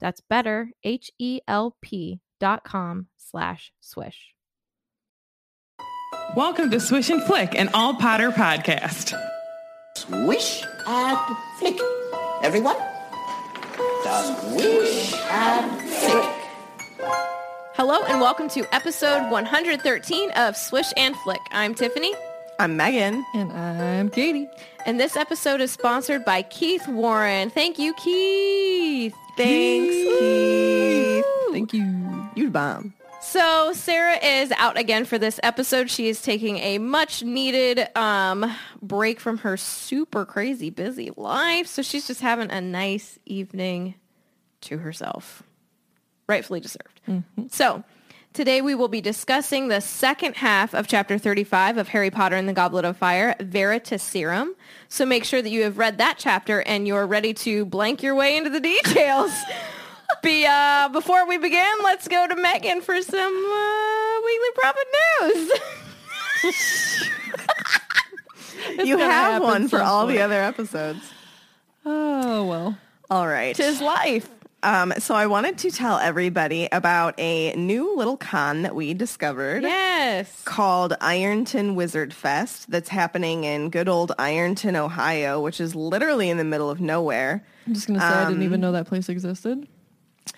That's better, H-E-L-P dot com slash swish. Welcome to Swish and Flick, an all Potter podcast. Swish and flick. Everyone? Swish and flick. Hello and welcome to episode 113 of Swish and Flick. I'm Tiffany. I'm Megan. And I'm Katie. And this episode is sponsored by Keith Warren. Thank you, Keith. Thanks, Keith. Thank you. You bomb. So Sarah is out again for this episode. She is taking a much needed um, break from her super crazy busy life. So she's just having a nice evening to herself. Rightfully deserved. So today we will be discussing the second half of chapter 35 of Harry Potter and the Goblet of Fire, Veritaserum. So make sure that you have read that chapter and you're ready to blank your way into the details. Be, uh, before we begin, let's go to Megan for some uh, weekly profit news. you gonna have happen one for some all point. the other episodes. Oh, well. All right. Tis life. Um, so I wanted to tell everybody about a new little con that we discovered Yes. called Ironton Wizard Fest that's happening in good old Ironton, Ohio, which is literally in the middle of nowhere. I'm just going to say I didn't even know that place existed.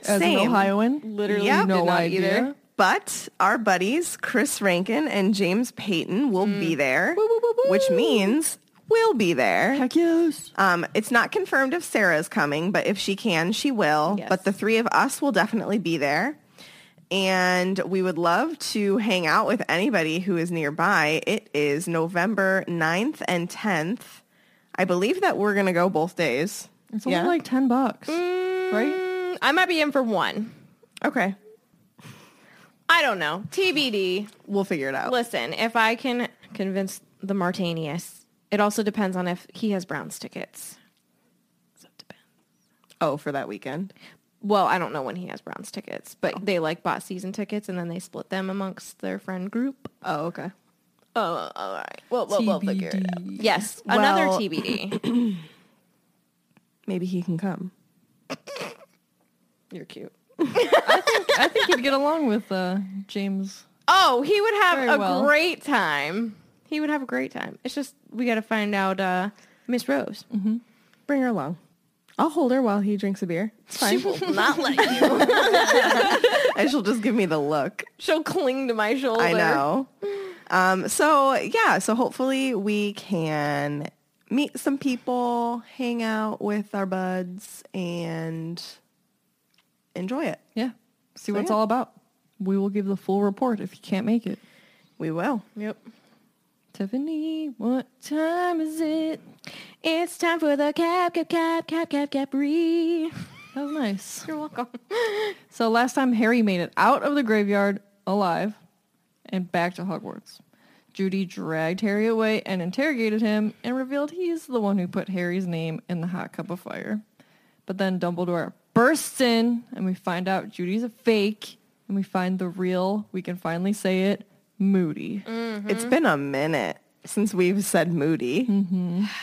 As an Same. Ohioan, Literally Yep. no did not idea. either. But our buddies Chris Rankin and James Payton will Mm. be there, which means we'll be there. Heck yes. Um, it's not confirmed if Sarah's coming, but if she can, she will. Yes. But the three of us will definitely be there. And we would love to hang out with anybody who is nearby. It is November 9th and 10th. I believe that we're going to go both days. It's only like 10 bucks, right? Mm, I might be in for one. Okay. I don't know. TBD. We'll figure it out. Listen, if I can convince the Martanius, it also depends on if he has Browns tickets. So it depends. Oh, for that weekend. Well, I don't know when he has Browns tickets, but they like bought season tickets and then they split them amongst their friend group. Oh, okay. Oh, all right. Well, well, we'll figure it out. TBD. Yes, another Well- TBD. Maybe he can come. You're cute. I think you'd get along with uh, James. Oh, he would have Very a well. great time. He would have a great time. It's just we got to find out uh, Miss Rose. Bring her along. I'll hold her while he drinks a beer. It's fine. She will not let you. and she'll just give me the look. She'll cling to my shoulder. I know. Um, so yeah, so hopefully we can meet some people, hang out with our buds, and enjoy it. Yeah. See what it's yeah. all about. We will give the full report if you can't make it. We will. Yep. Tiffany, what time is it? It's time for the cap, cap, cap, cap, cap, capri. That was nice. You're welcome. So last time Harry made it out of the graveyard alive and back to Hogwarts. Judy dragged Harry away and interrogated him and revealed he's the one who put Harry's name in the hot cup of fire. But then Dumbledore bursts in and we find out Judy's a fake and we find the real, we can finally say it, Moody. It's been a minute since we've said moody. Mm-hmm.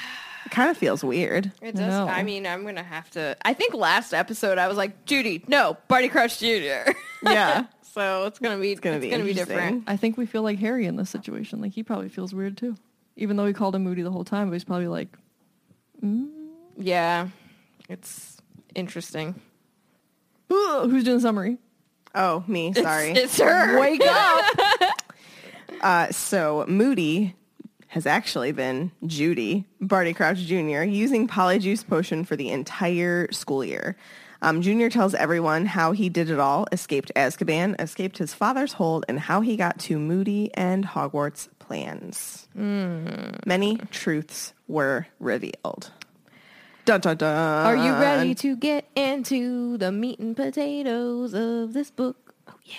It kind of feels weird. It does. No. I mean, I'm gonna have to. I think last episode I was like, Judy, no, Barty Crouch Jr. Yeah. so it's gonna be it's gonna be different. interesting. I think we feel like Harry in this situation. Like he probably feels weird too. Even though we called him Moody the whole time, but he's probably like, Yeah, it's interesting. "Ugh, who's doing the summary? Oh, me. Sorry. It's her. Wake up. uh, so Moody has actually been Judy, Barty Crouch Jr., using Polyjuice Potion for the entire school year. Um, Junior tells everyone how he did it all, escaped Azkaban, escaped his father's hold, and how he got to Moody and Hogwarts plans. Hmm. Many truths were revealed. Dun, dun, dun. Are you ready to get into the meat and potatoes of this book? Oh yeah.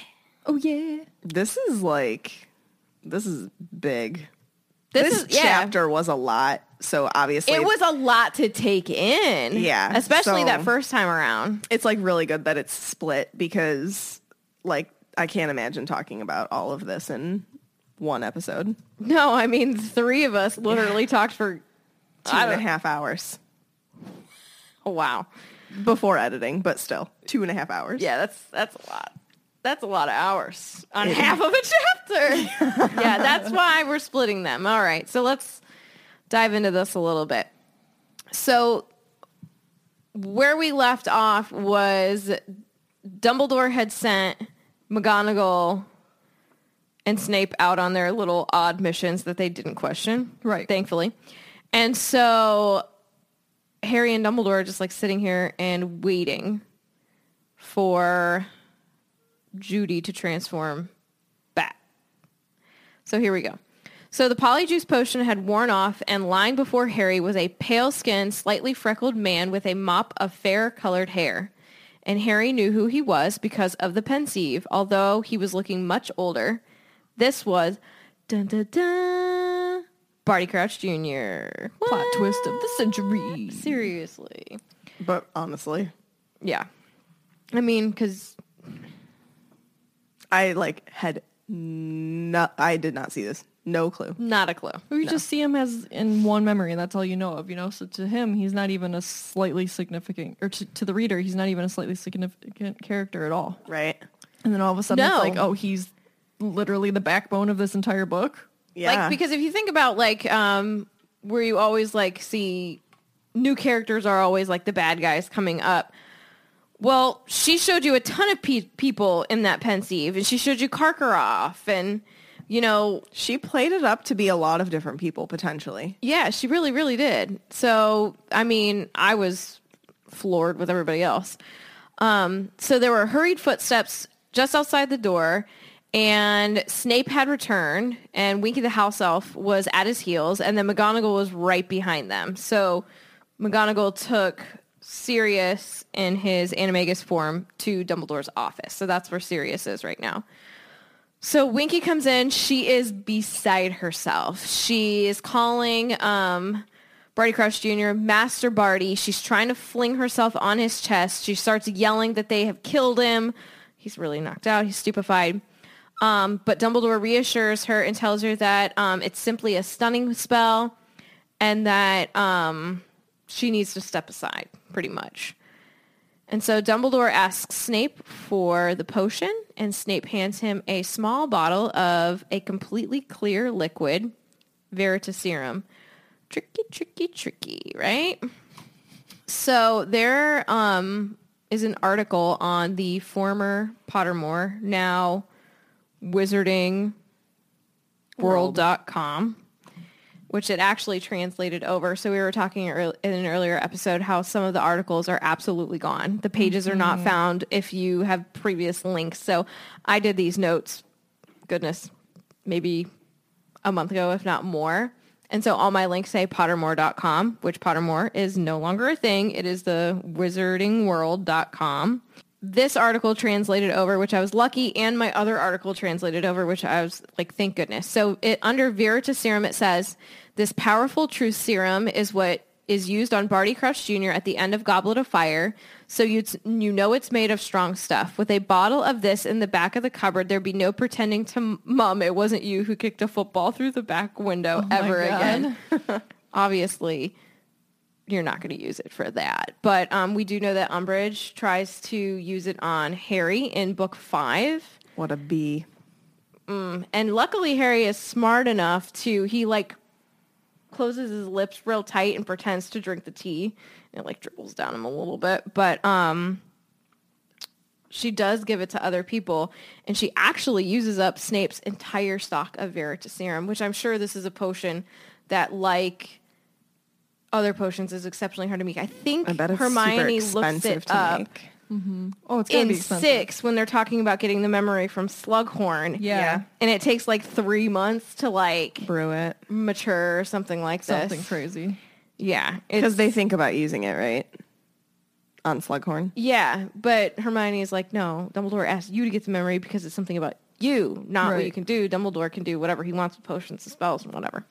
Oh yeah. This is like, this is big. This, is yeah. chapter was a lot. So obviously, It was a lot to take in. Yeah, Especially so- that first time around. it's like really good that it's split because like I can't imagine talking about all of this in one episode. No, I mean, the three of us literally talked for, Two and a half hours oh, wow. before editing, but still two and a half hours. Yeah, that's that's a lot. That's a lot of hours on half of a chapter. yeah, that's why we're splitting them. All right, so let's dive into this a little bit. So where we left off was Dumbledore had sent McGonagall and Snape out on their little odd missions that they didn't question. Right. Thankfully. And so Harry and Dumbledore are just like sitting here and waiting for Judy to transform back. So here we go. So the polyjuice potion had worn off and lying before Harry was a pale-skinned, slightly freckled man with a mop of fair-colored hair. And Harry knew who he was because of the pensieve, although he was looking much older. This was dun dun dun Barty Crouch Jr. Plot What? twist of the century. Seriously. But honestly, Yeah. I mean, because I like had no I did not see this. No clue. not a clue. Or you just see him as in one memory, and that's all you know of, you know. So to him, he's not even a slightly significant, or to, to the reader, he's not even a slightly significant character at all. Right? And then all of a sudden, No. it's like, oh, he's literally the backbone of this entire book. Yeah. Like because if you think about like um where you always like see new characters are always like the bad guys coming up. Well, she showed you a ton of pe- people in that pensieve, and she showed you Karkaroff, and you know, she played it up to be a lot of different people potentially. yeah, she really, really did. So, I mean, I was floored with everybody else. Um, so there were hurried footsteps just outside the door, and Snape had returned, and Winky the house elf was at his heels, and then McGonagall was right behind them. So McGonagall took Sirius in his animagus form to Dumbledore's office. So that's where Sirius is right now. So Winky comes in. She is beside herself. She is calling um, Barty Crouch Jr. Master Barty. She's trying to fling herself on his chest. She starts yelling that they have killed him. He's really knocked out. He's stupefied. Um, but Dumbledore reassures her and tells her that um, it's simply a stunning spell and that um, she needs to step aside, pretty much. And so Dumbledore asks Snape for the potion, and Snape hands him a small bottle of a completely clear liquid, Veritaserum. Tricky, tricky, tricky, right? So there um, is an article on the former Pottermore, now wizardingworld.com, which it actually translated over. So we were talking earl- in an earlier episode how some of the articles are absolutely gone. The pages are not found if you have previous links. So I did these notes, goodness, maybe a month ago, if not more. And so all my links say pottermore.com, which Pottermore is no longer a thing. It is the wizardingworld.com. This article translated over, which I was lucky, and my other article translated over, which I was like, thank goodness. So it under Veritas Serum, it says, this powerful truth serum is what is used on Barty Crouch Jr. at the end of Goblet of Fire, so you you know it's made of strong stuff. With a bottle of this in the back of the cupboard, there'd be no pretending to mum it wasn't you who kicked a football through the back window ever God. again. Obviously, you're not going to use it for that. But um, we do know that Umbridge tries to use it on Harry in book five What a bee. and luckily harry is smart enough to he like closes his lips real tight and pretends to drink the tea and it like dribbles down him a little bit but um she does give it to other people, and she actually uses up Snape's entire stock of Veritaserum, which I'm sure this is a potion that, like other potions, is exceptionally hard to make. I think I bet it's Hermione super looks expensive it to up make. Oh, it's gonna in be expensive. six when they're talking about getting the memory from Slughorn. Yeah. Yeah. and it takes like three months to like Brew it mature or something like this. Something crazy. Yeah, because it's, they think about using it, right? On Slughorn. yeah, but Hermione is like, no, Dumbledore asked you to get the memory because it's something about you, not what Right. you can do. Dumbledore can do whatever he wants with potions and spells and whatever.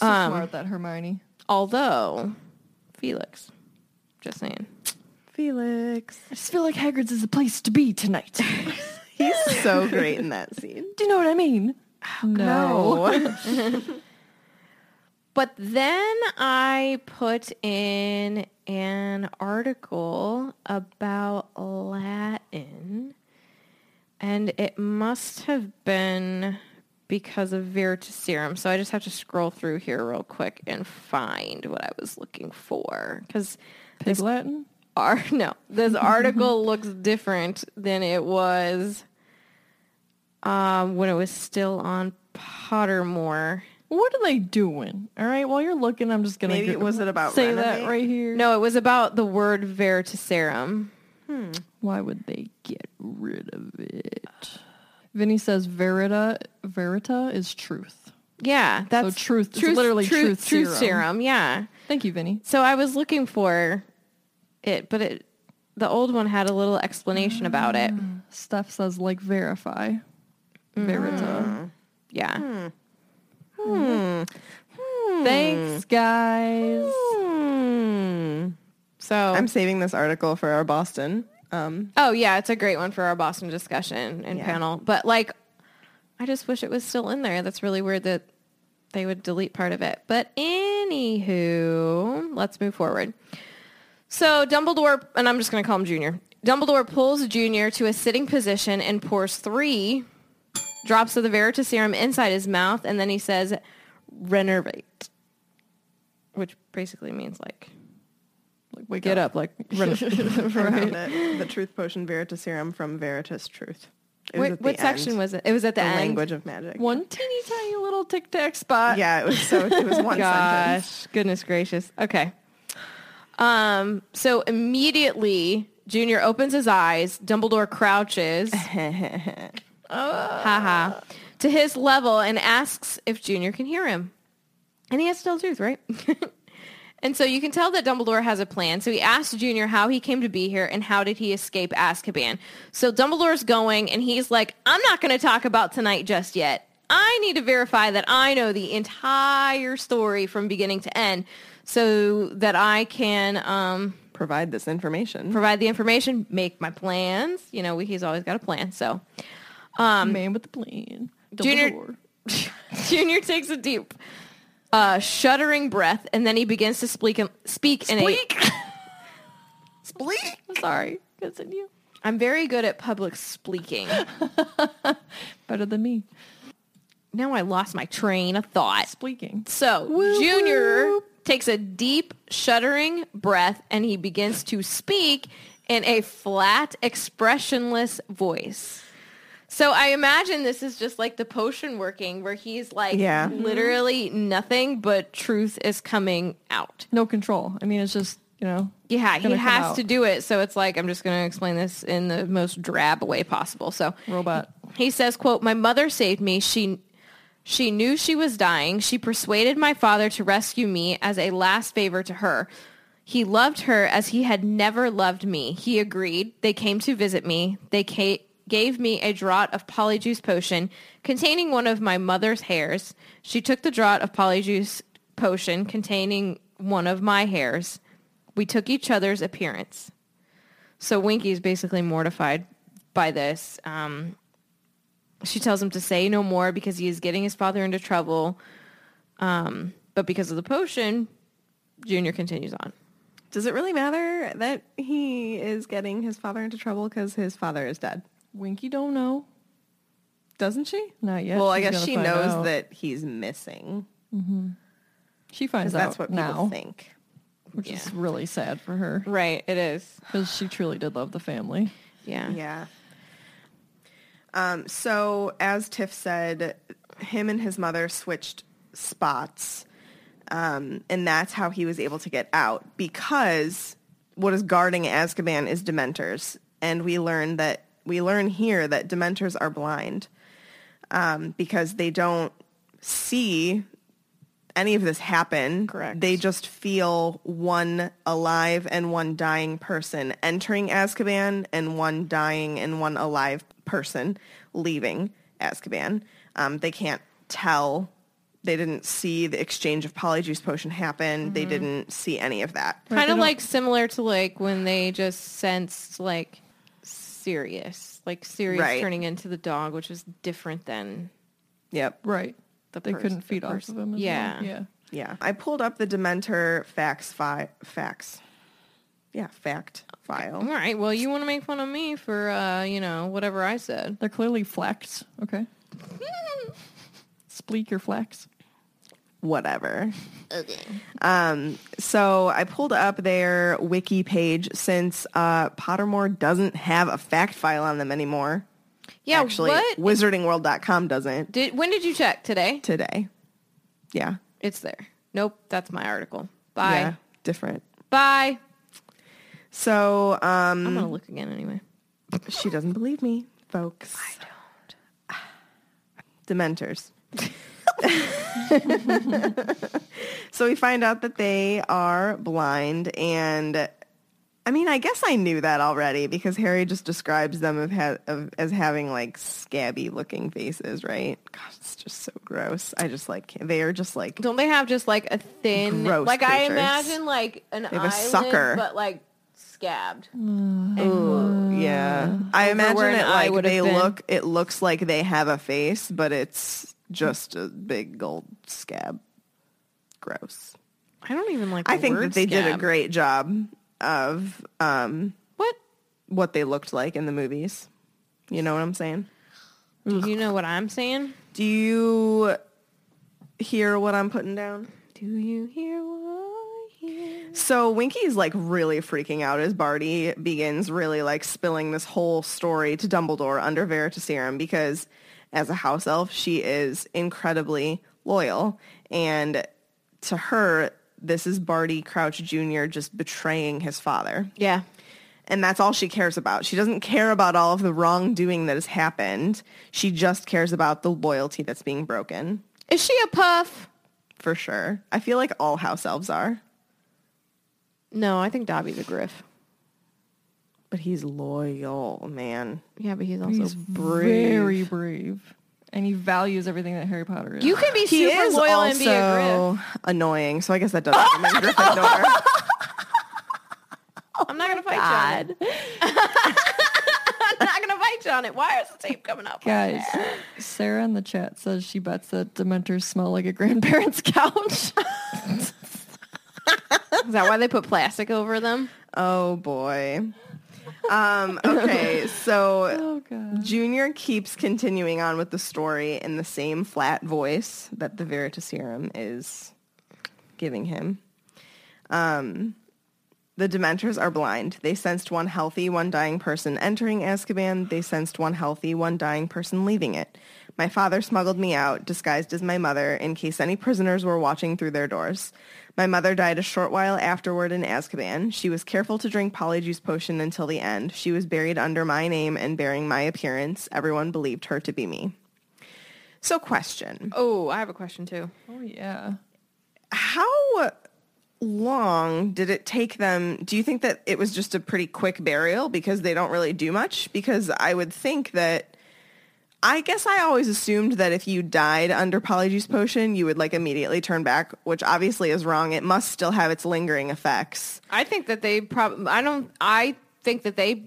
So Um, smart that Hermione. Although, Felix, just saying, Felix. I just feel like Hagrid's is the place to be tonight. He's so great in that scene. Do you know what I mean? no. Oh. But then I put in an article about Latin, and it must have been because of Veritaserum. So I just have to scroll through here real quick and find what I was looking for. Because Pig Latin. ar- no, this article looks different than it was um, when it was still on Pottermore. What are they doing? All right, while you're looking, I'm just gonna Maybe go- it was it about say renovate? that right here. No, it was about the word veritaserum. Why would they get rid of it? Vinny says verita verita is truth. Yeah, that's truth- it's literally truth truth serum. serum. Yeah. Thank you, Vinny. So I was looking for it, but it the old one had a little explanation about it. Mm. Steph says like verify. Mm. Verita. Yeah. Hmm. Hmm. Mm-hmm. Thanks, guys. So Hmm. I'm saving this article for our Boston. Um, oh yeah, it's a great one for our Boston discussion and Yeah. panel. But like, I just wish it was still in there. That's really weird that they would delete part of it. But anywho, let's move forward. So Dumbledore, and I'm just going to call him Junior. Dumbledore pulls Junior to a sitting position and pours three drops of the Veritaserum inside his mouth, and then he says, "Renervate," which basically means like, Like, wake get up, like, Um, I found it. The truth potion Veritaserum from Veritas Truth. It was Wait, at the what section end. was it? It was at the, the end. language of magic? One teeny tiny little tic tac spot. Yeah, it was so. It was one Gosh, sentence. goodness gracious. Okay. Um. So immediately, Junior opens his eyes. Dumbledore crouches. Haha. To his level and asks if Junior can hear him. And he has to tell the truth, right? and so you can tell that Dumbledore has a plan. So he asks Junior how he came to be here and how did he escape Azkaban. So Dumbledore's going and he's like, I'm not going to talk about tonight just yet. I need to verify that I know the entire story from beginning to end so that I can um, Provide this information. provide the information, make my plans. You know, he's always got a plan. So Man with the plan. Junior- Dumbledore. Junior takes a deep, uh, shuddering breath, and then he begins to speak. Speak, in a. I'm sorry. Continue. I'm very good at public speaking. Better than me. now I lost my train of thought. Speaking. So Junior takes a deep, shuddering breath, and he begins to speak in a flat, expressionless voice. So I imagine this is just like the potion working, where he's like Yeah. literally nothing but truth is coming out. No control. I mean, it's just you know. Yeah, gonna he come has out. to do it. So it's like I'm just going to explain this in the most drab way possible. So Robot. he says, "quote My mother saved me. She she knew she was dying. She persuaded my father to rescue me as a last favor to her. He loved her as he had never loved me. He agreed. They came to visit me. They ca- gave me a draught of polyjuice potion containing one of my mother's hairs. She took the draught of polyjuice potion containing one of my hairs. We took each other's appearance. So Winky is basically mortified by this. Um, she tells him to say no more because he is getting his father into trouble. Um, but because of the potion, Junior continues on. Does it really matter that he is getting his father into trouble because his father is dead? Winky don't know. Doesn't she? Not yet. Well, I She's guess gonna she find knows out. that he's missing. She finds 'Cause out That's what people now, think. which is really sad for her Right, it is. because she truly did love the family. Yeah. Yeah. Um, so as Tiff said, him and his mother switched spots. Um, and that's how he was able to get out because what is guarding Azkaban is Dementors. And we learn that we learn here that Dementors are blind um, because they don't see any of this happen. Correct. They just feel one alive and one dying person entering Azkaban and one dying and one alive person leaving Azkaban. Um, they can't tell. They didn't see the exchange of polyjuice potion happen. They didn't see any of that. kind of like similar to like when they just sensed like Sirius, like Sirius Right. turning into the dog, which is different than Yep. Right. they pers- couldn't the feed off person. of him. as well. Yeah. Yeah. Yeah. I pulled up the Dementor facts fi- facts. Yeah, fact all file. right. Well, you want to make fun of me for uh, you know whatever I said. They're clearly flax. Okay. Spleak your flax. Whatever. Um, Okay. So I pulled up their wiki page since uh, Pottermore doesn't have a fact file on them anymore. Yeah. Actually, what wizardingworld.com doesn't did? When did you check today? today. Yeah. It's there. Nope. That's my article. Bye. Yeah. Different. Bye. So um, I'm gonna look again anyway. she doesn't believe me, folks. I don't. Dementors. so we find out that they are blind and I mean, I guess I knew that already because Harry just describes them of ha- of, as having like scabby looking faces, right? God, it's just so gross. I just like, they are just like, Don't they have just like a thin, Gross like I creatures. imagine like an have a eyelid, sucker. but like scabbed. Uh, yeah. I imagine where an it eye like would have they been. look, it looks like they have a face, but it's just a big gold scab. Gross. I don't even like. I the think word that they did a scab. great job of um, What? what they looked like in the movies. You know what I'm saying? Do you know what I'm saying? Do you hear what I'm putting down? Do you hear what I hear? So Winky's like really freaking out as Barty begins really like spilling this whole story to Dumbledore under Veritaserum because as a house elf, she is incredibly loyal. And to her, this is Barty Crouch Jr. just betraying his father. Yeah. And that's all she cares about. She doesn't care about all of the wrongdoing that has happened. She just cares about the loyalty that's being broken, Is she a puff? for sure. I feel like all house elves are, No, I think Dobby's a griff. but he's loyal, man. Yeah, but he's also Very brave. And he values everything that Harry Potter is. You can be He super is loyal also and be a annoying, so I guess that doesn't make Gryffindor. griff. I'm not gonna fight you on it. I'm not gonna fight you on it. Why is the tape coming up? Guys, Sarah in the chat says she bets that Dementors smell like a grandparent's couch. Is that why they put plastic over them? Oh boy. Um, okay, so oh god. Junior keeps continuing on with the story in the same flat voice that the Veritaserum is giving him. The Dementors are blind. They sensed one healthy, one dying person entering Azkaban. They sensed one healthy, one dying person leaving it. My father smuggled me out, disguised as my mother, in case any prisoners were watching through their doors. My mother died a short while afterward in Azkaban. She was careful to drink Polyjuice Potion until the end. She was buried under my name and bearing my appearance. Everyone believed her to be me. So question. Oh, I have a question too. Oh yeah. How long did it take them? Do you think that it was just a pretty quick burial because they don't really do much? Because I would think that I guess I always assumed that if you died under Polyjuice Potion, you would like immediately turn back, which obviously is wrong. It must still have its lingering effects. I think that they probably. I don't. I think that they.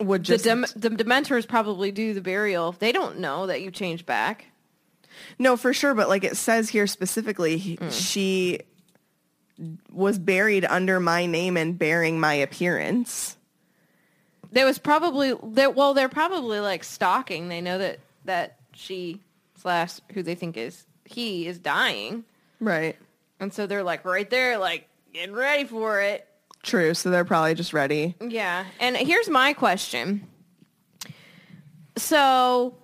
Would The, just dem- the Dementors probably do the burial. They don't know that you change back. No, for sure. But like it says here specifically, he- Mm. she was buried under my name and bearing my appearance. There was probably that. Well, they're probably like stalking. They know that that she slash who they think is he is dying, Right. and so they're like right there, like getting ready for it. True. So they're probably just ready. Yeah. And here's my question: So,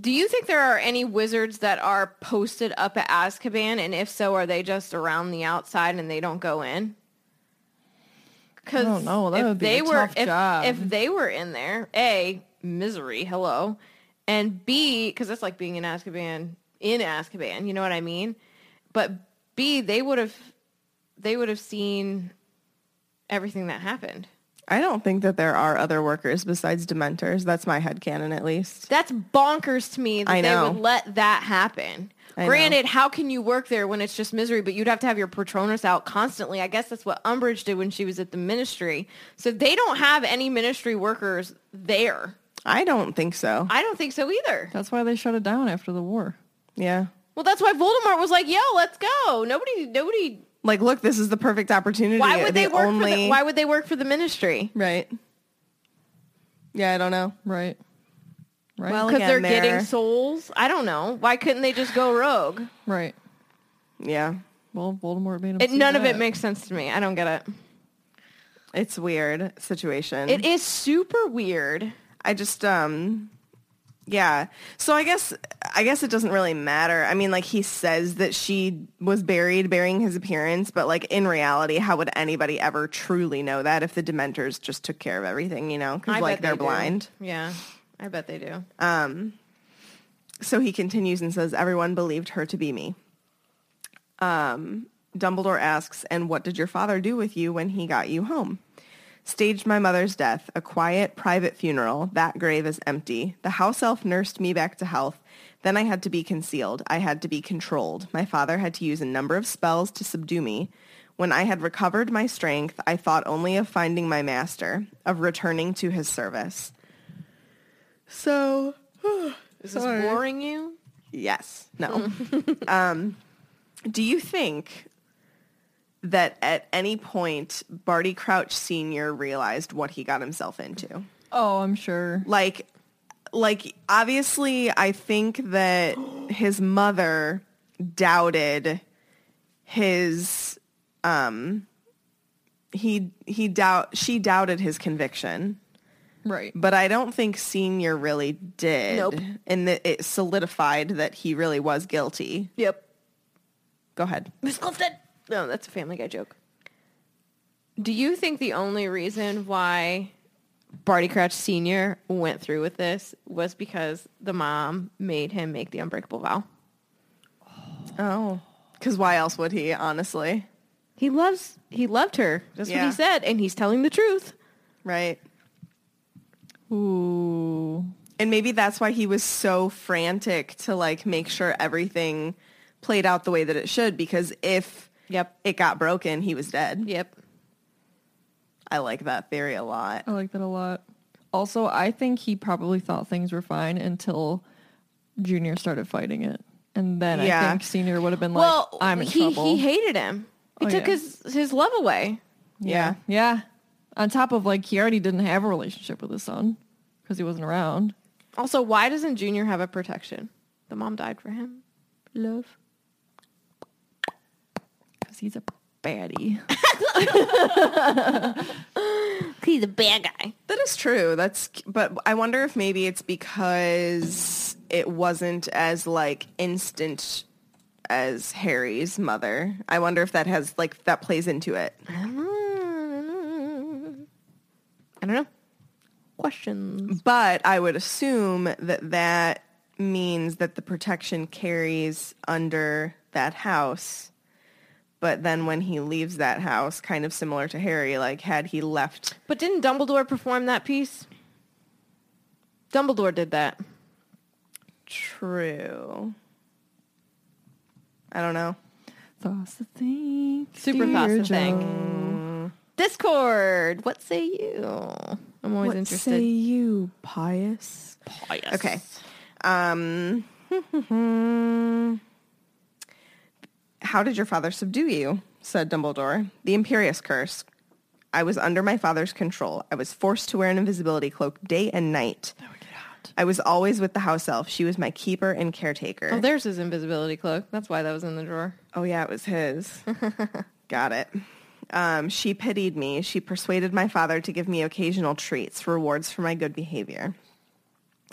do you think there are any wizards that are posted up at Azkaban? And if so, are they just around the outside and they don't go in? Because don't know. That would be they a were, tough if, job. If they were in there, a misery, hello, and b because that's like being in Azkaban in Azkaban. You know what I mean? But b they would have they would have seen everything that happened. I don't think that there are other workers besides Dementors. That's my headcanon, at least. That's bonkers to me that I know. they would let that happen. I Granted, how can you work there when it's just misery? But you'd have to have your Patronus out constantly. I guess that's what Umbridge did when she was at the ministry. So they don't have any ministry workers there. I don't think so. I don't think so either. That's why they shut it down after the war. Yeah. Well, that's why Voldemort was like, "Yo, let's go." Nobody, nobody. Like, look, this is the perfect opportunity. Why would they The work? only... For the, why would they work for the ministry? Right. Yeah, I don't know. Right. Right. Well, Because they're again, getting souls. I don't know. Why couldn't they just go rogue? right. Yeah, Well, Voldemort made him. It, see none of that. it makes sense to me. I don't get it. it's weird situation. It is super weird. I just um yeah. So I guess I guess it doesn't really matter. I mean, like he says that she was buried burying his appearance, but like in reality, how would anybody ever truly know that if the dementors just took care of everything, you know, cuz I like bet they they're do. blind. Yeah, I bet they do. So he continues and says everyone believed her to be me. Um Dumbledore asks, "And what did your father do with you when he got you home?" Staged my mother's death, a quiet, private funeral. That grave is empty. The house elf nursed me back to health. Then I had to be concealed. I had to be controlled. My father had to use a number of spells to subdue me. When I had recovered my strength, I thought only of finding my master, of returning to his service. So, Is this boring you? yes, no. um, do you think that at any point Barty Crouch Sr. realized what he got himself into? Oh, I'm sure. like like obviously i think that his mother doubted his um he he doubt she doubted his conviction Right. but i don't think senior really did Nope. and that it solidified that he really was guilty Yep. go ahead Miss Clifton. No, that's a Family Guy joke. Do you think the only reason why Barty Crouch Senior went through with this was because the mom made him make the unbreakable vow? oh because why else would he honestly He loves. He loved her. That's what Yeah. he said, and he's telling the truth. right Ooh. And maybe that's why he was so frantic to like make sure everything played out the way that it should because if Yep. it got broken, he was dead. Yep. I like that theory a lot. I like that a lot. Also, I think he probably thought things were fine until Junior started fighting it. And then I Yeah. think Senior would have been well, like, I'm in he trouble. he hated him. He Oh, took yeah. his his love away. Yeah. yeah. On top of like, he already didn't have a relationship with his son because he wasn't around. Also, why doesn't Junior have a protection? The mom died for him. Love. Because he's a baddie. He's a bad guy. That is true. That's but I wonder if maybe it's because it wasn't as like instant as Harry's mother. I wonder if that has like that plays into it. I don't know. Questions. But I would assume that that means that the protection carries under that house. But then when he leaves that house, kind of similar to Harry, like had he left, But didn't Dumbledore perform that piece? Dumbledore did that. true. I don't know. Thoughts to think. Super dear thoughts to Joe. think. Discord. What say you? I'm always What interested. say you, pious? Oh, Okay. Um, how did your father subdue you? said Dumbledore. The imperious curse. I was under my father's control. I was forced to wear an invisibility cloak day and night. I was always with the house elf. She was my keeper and caretaker. Oh, there's his invisibility cloak. That's why that was in the drawer. Oh yeah, it was his. Got it. Um, she pitied me. She persuaded my father to give me occasional treats, rewards for my good behavior.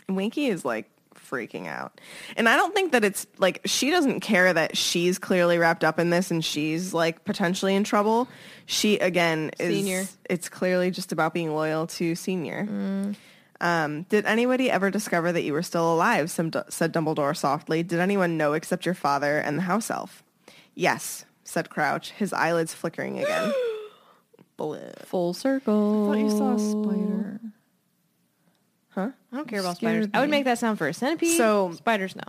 Winky is like freaking out. And I don't think that it's like she doesn't care that she's clearly wrapped up in this and she's like potentially in trouble. She again is Senior. it's clearly just about being loyal to senior. Um, did anybody ever discover that you were still alive? Some said Dumbledore softly. Did anyone know except your father and the house elf? Yes, said Crouch, his eyelids flickering again. Bleh. Full circle. thought you saw a spider. I don't care about Scared spiders. I would me. make that sound for a centipede. So- oh, spiders, no.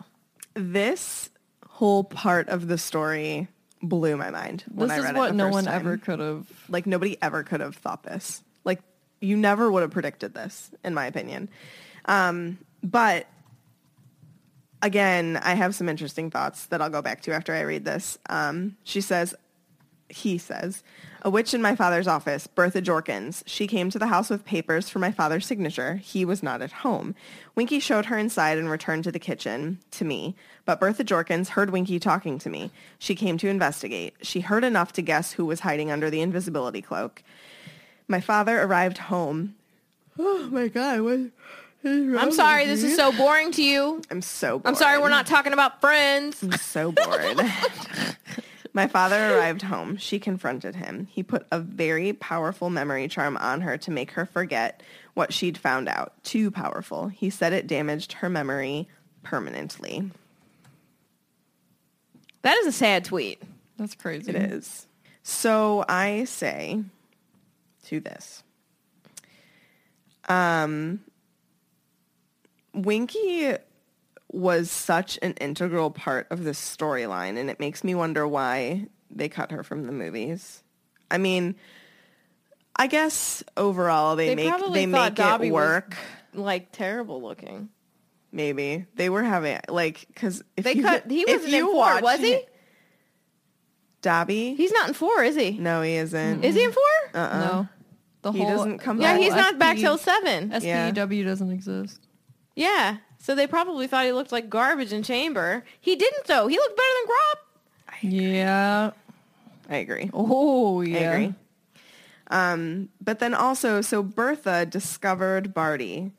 this whole part of the story blew my mind when I this is read it what the no first one time. ever could have. like nobody ever could have thought this like you never would have predicted this in my opinion um, but again i have some interesting thoughts that i'll go back to after i read this um, she says he says a witch in my father's office bertha jorkins she came to the house with papers for my father's signature he was not at home winky showed her inside and returned to the kitchen to me but bertha jorkins heard winky talking to me she came to investigate she heard enough to guess who was hiding under the invisibility cloak my father arrived home oh my god what I'm sorry, this is so boring to you. i'm so bored. I'm sorry, we're not talking about friends. I'm so bored. My father arrived home. She confronted him. He put a very powerful memory charm on her to make her forget what she'd found out. Too powerful. He said it damaged her memory permanently. That is a sad tweet. That's crazy. It is. So I say to this. Um Winky was such an integral part of this storyline and it makes me wonder why they cut her from the movies. I mean, I guess overall they, They make probably they thought make Dobby it was- work. Like terrible looking. Maybe they were having like because if They you, cut. He if wasn't in you four, watch was he? it- Dobby? He's not in four, is he? no, he isn't. Uh-uh. Is he in 4 Mm. Uh, No, the He whole doesn't come yeah, No, he's not back SPE till seven. Yeah. SPEW doesn't exist. Yeah. So they probably thought he looked like garbage in chamber. He didn't though. He looked better than Grob. Yeah. I agree. Oh yeah. I agree. Um, but then also, so Bertha discovered Barty,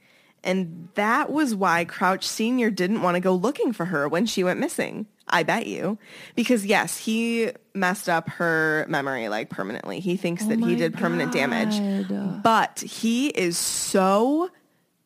and that was why Crouch Senior didn't want to go looking for her when she went missing. I bet you, because yes, he messed up her memory like permanently. He thinks that he did permanent damage, but he is so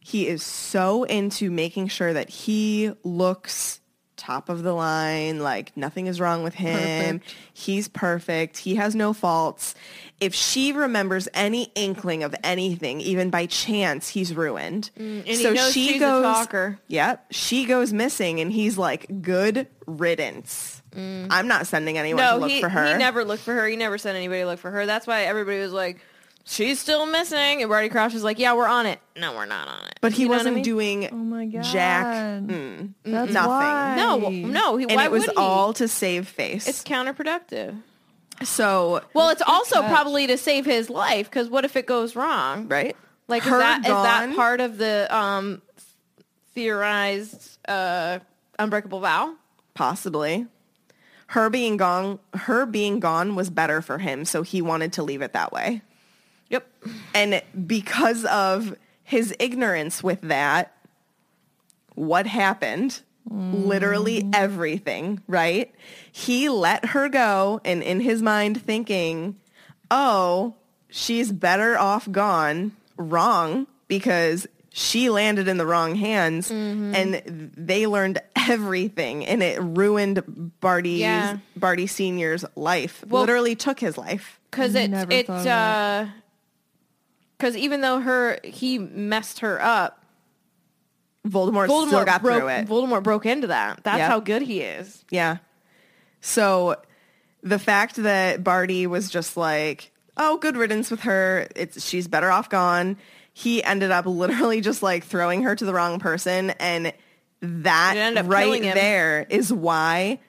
he is so into making sure that he looks top of the line like nothing is wrong with him he's perfect he has no faults if she remembers any inkling of anything even by chance he's ruined Mm, he knows she's a talker. yep she goes missing and he's like good riddance i'm not sending anyone to Mm. No, look he, for her he never looked for her. He never sent anybody to look for her. That's why everybody was like, she's still missing. And Barty Crouch was like, yeah, we're on it. No, we're not on it. but he You know what I wasn't mean? doing Oh my god. jack mm, nothing why. No, no. He, and why it was would he? all to save face It's counterproductive. so Well, it's also probably to save his life because what if it goes wrong? right Like is Her that is that gone? part of the um, theorized uh, unbreakable vow? possibly her being gone her being gone was better for him so he wanted to leave it that way Yep. and because of his ignorance with that what happened literally everything right he let her go and in his mind thinking oh she's better off gone wrong because she landed in the wrong hands Mm-hmm. and they learned everything and it ruined Barty's Yeah. Barty senior's life literally took his life because I it never it thought of that. because even though her he messed her up, Voldemort, still Voldemort got broke through it Voldemort broke into that. That's Yep. how good he is. Yeah. So the fact that Barty was just like, oh, good riddance with her. It's she's better off gone. He ended up literally just like throwing her to the wrong person, and It ended that up right killing him. there is why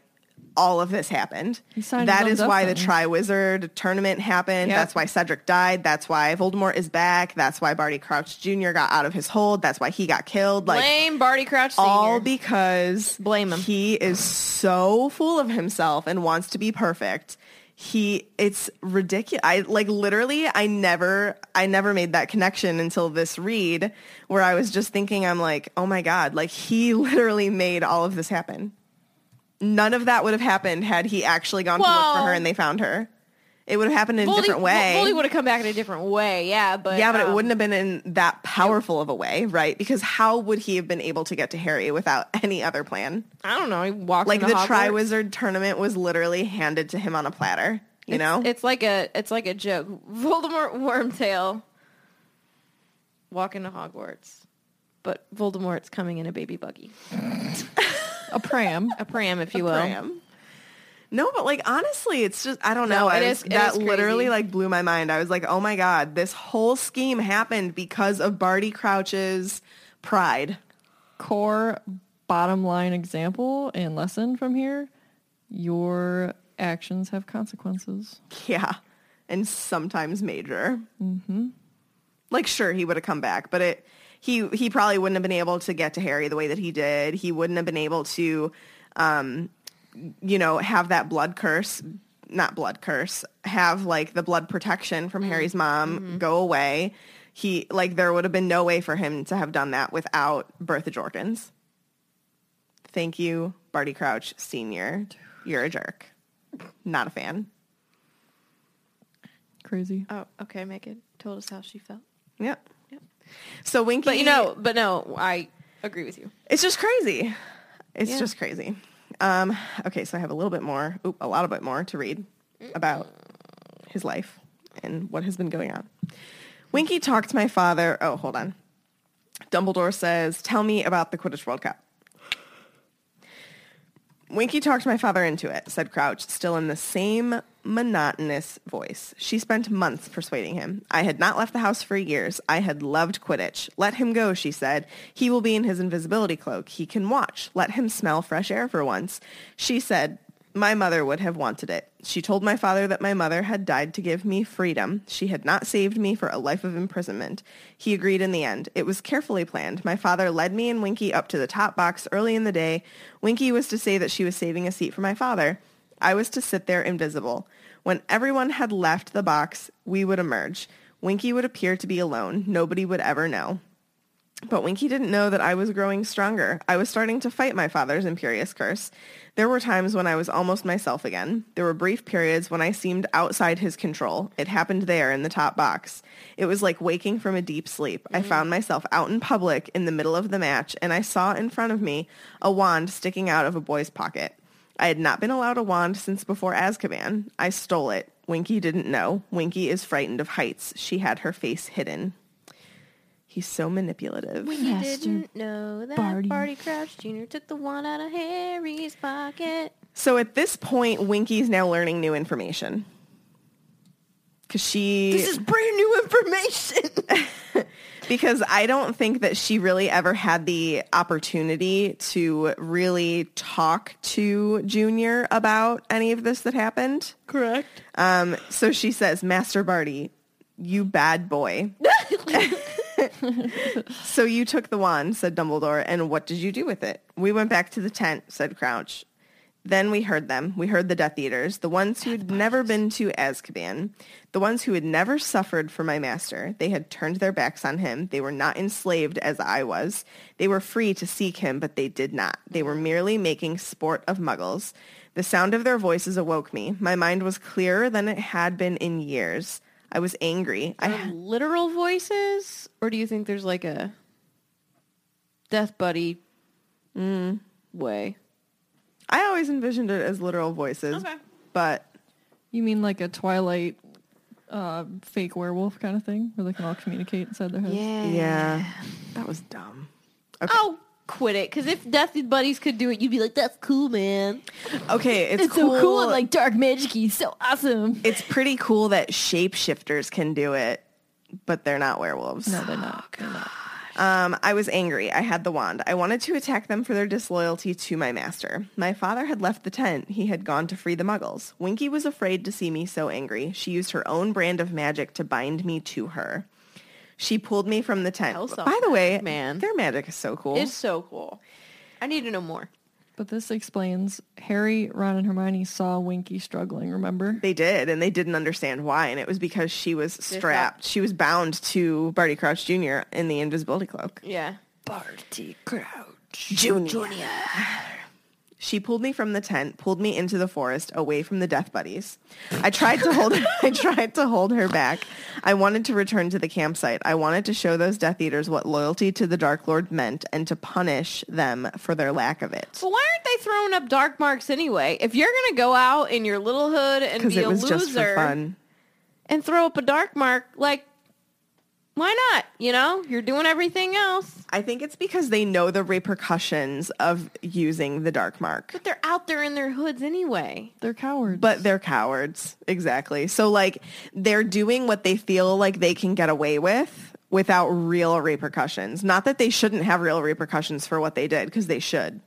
all of this happened. signed That his is own why death the sentence. Triwizard tournament happened. Yep. That's why Cedric died. That's why Voldemort is back. That's why Barty Crouch Jr. got out of his hold. That's why he got killed. Like Blame Barty Crouch Senior. all because Blame him. He is so full of himself and wants to be perfect. he it's ridiculous i like literally i never i never made that connection until this read where i was just thinking i'm like oh my god like he literally made all of this happen none of that would have happened had he actually gone to look Well- for her and they found her it would have happened in a Voldy- different way Voldy would have come back in a different way. Yeah, but yeah, but it um, wouldn't have been in that powerful of a way, right? Because how would he have been able to get to Harry without any other plan? I don't know. He walked Like into the Hogwarts. Tri Wizard tournament was literally handed to him on a platter, you know? It's like a it's like a joke. Voldemort Wormtail walk into Hogwarts, but Voldemort's coming in a baby buggy, A pram. a pram, if you will. Graham. No, but like honestly, it's just I don't know. No, I it was- is- it that is literally crazy. like blew my mind. I was like, oh my god, this whole scheme happened because of Barty Crouch's pride. Core bottom line example and lesson from here. Your actions have consequences. Yeah, and sometimes major. Mm-hmm. Like, sure, he would have come back, but it he he probably wouldn't have been able to get to Harry the way that he did. He wouldn't have been able to, um, you know, have that blood curse, not blood curse, have like the blood protection from Harry's mom go away. He like there would have been no way for him to have done that without Bertha Jorkins. Thank you, Barty Crouch Senior. You're a jerk. Not a fan. Crazy. Oh, okay. Megan told us how she felt, Yep. So Winky, but you know, but no, I agree with you. it's just crazy. It's Yeah. just crazy. Um, okay, so I have a little bit more, oop, a lot of bit more to read about his life and what has been going on. Winky talked to my father. Oh, hold on. Dumbledore says, "Tell me about the Quidditch World Cup." Winky talked my father into it, said Crouch, still in the same monotonous voice. She spent months persuading him. I had not left the house for years. I had loved Quidditch. Let him go, she said. He will be in his invisibility cloak. He can watch. Let him smell fresh air for once. She said, my mother would have wanted it. She told my father that my mother had died to give me freedom. She had not saved me for a life of imprisonment. He agreed in the end. It was carefully planned. My father led me and Winky up to the top box early in the day. Winky was to say that she was saving a seat for my father. I was to sit there invisible. When everyone had left the box, we would emerge. Winky would appear to be alone. Nobody would ever know. But Winky didn't know that I was growing stronger. I was starting to fight my father's imperious curse. There were times when I was almost myself again. There were brief periods when I seemed outside his control. It happened there in the top box. It was like waking from a deep sleep. I found myself out in public in the middle of the match, and I saw in front of me a wand sticking out of a boy's pocket. I had not been allowed a wand since before Azkaban. I stole it. Winky didn't know. Winky is frightened of heights. She had her face hidden. He's so manipulative. You didn't know that Barty. Crouch Jr. took the one out of Harry's pocket. So at this point, Winky's now learning new information. Cause she This is brand new information. because I don't think that she really ever had the opportunity to really talk to Junior about any of this that happened. Correct. Um, so she says, Master Barty, you bad boy. so you took the wand, said Dumbledore, and what did you do with it? We went back to the tent, said Crouch. Then we heard them. We heard the Death Eaters, the ones who had never been to Azkaban, the ones who had never suffered for my master. They had turned their backs on him. They were not enslaved as I was. They were free to seek him, but they did not. They were merely making sport of muggles. The sound of their voices awoke me. My mind was clearer than it had been in years. I was angry. I, Literal voices, or do you think there's like a death buddy way? I always envisioned it as literal voices, but You mean like a Twilight uh, fake werewolf kind of thing where they can all communicate inside their heads? yeah, that was dumb. Oh, quit it. Because if Death Buddies could do it, you'd be like, that's cool, man. Okay, it's, It's so cool and like dark magic so awesome. it's pretty cool that shapeshifters can do it, but they're not werewolves. No, they're not. They're not. Um, I was angry. I had the wand. I wanted to attack them for their disloyalty to my master. My father had left the tent. He had gone to free the muggles. Winky was afraid to see me so angry. She used her own brand of magic to bind me to her. She pulled me from the tent. Hell, By the way, man. their magic is so cool. It's so cool. I need to know more. But this explains Harry, Ron, and Hermione saw Winky struggling, remember? They did, and they didn't understand why, and it was because she was strapped. She was bound to Barty Crouch Jr. in the invisibility cloak. Yeah. She pulled me from the tent, pulled me into the forest, away from the death buddies. I tried to hold I tried to hold her back. I wanted to return to the campsite. I wanted to show those Death Eaters what loyalty to the Dark Lord meant and to punish them for their lack of it. But why aren't they throwing up dark marks anyway? If you're gonna go out in your little hood and Because be it a was loser just for fun. and throw up a dark mark, like why not? You know, you're doing everything else, I think it's because they know the repercussions of using the dark mark. but they're out there in their hoods anyway. They're cowards. But they're cowards. Exactly. So like they're doing what they feel like they can get away with without real repercussions. Not that they shouldn't have real repercussions for what they did because they should.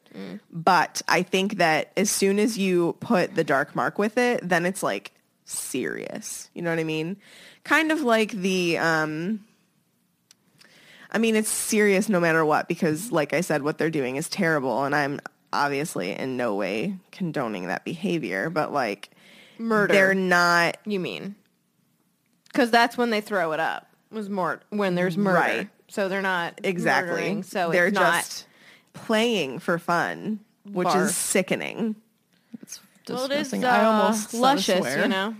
But I think that as soon as you put the dark mark with it, then it's like serious. You know what I mean? Kind of like the um I mean, it's serious no matter what because, like I said, what they're doing is terrible, and I'm obviously in no way condoning that behavior. But like, murder, they're not You mean? Because that's when they throw it up. Was more when there's murder. Right. So they're not exactly. murdering, so they're it's not. just playing for fun, which Barf. is sickening. it's well, it is disgusting. uh, I almost said a luscious, swear. you know.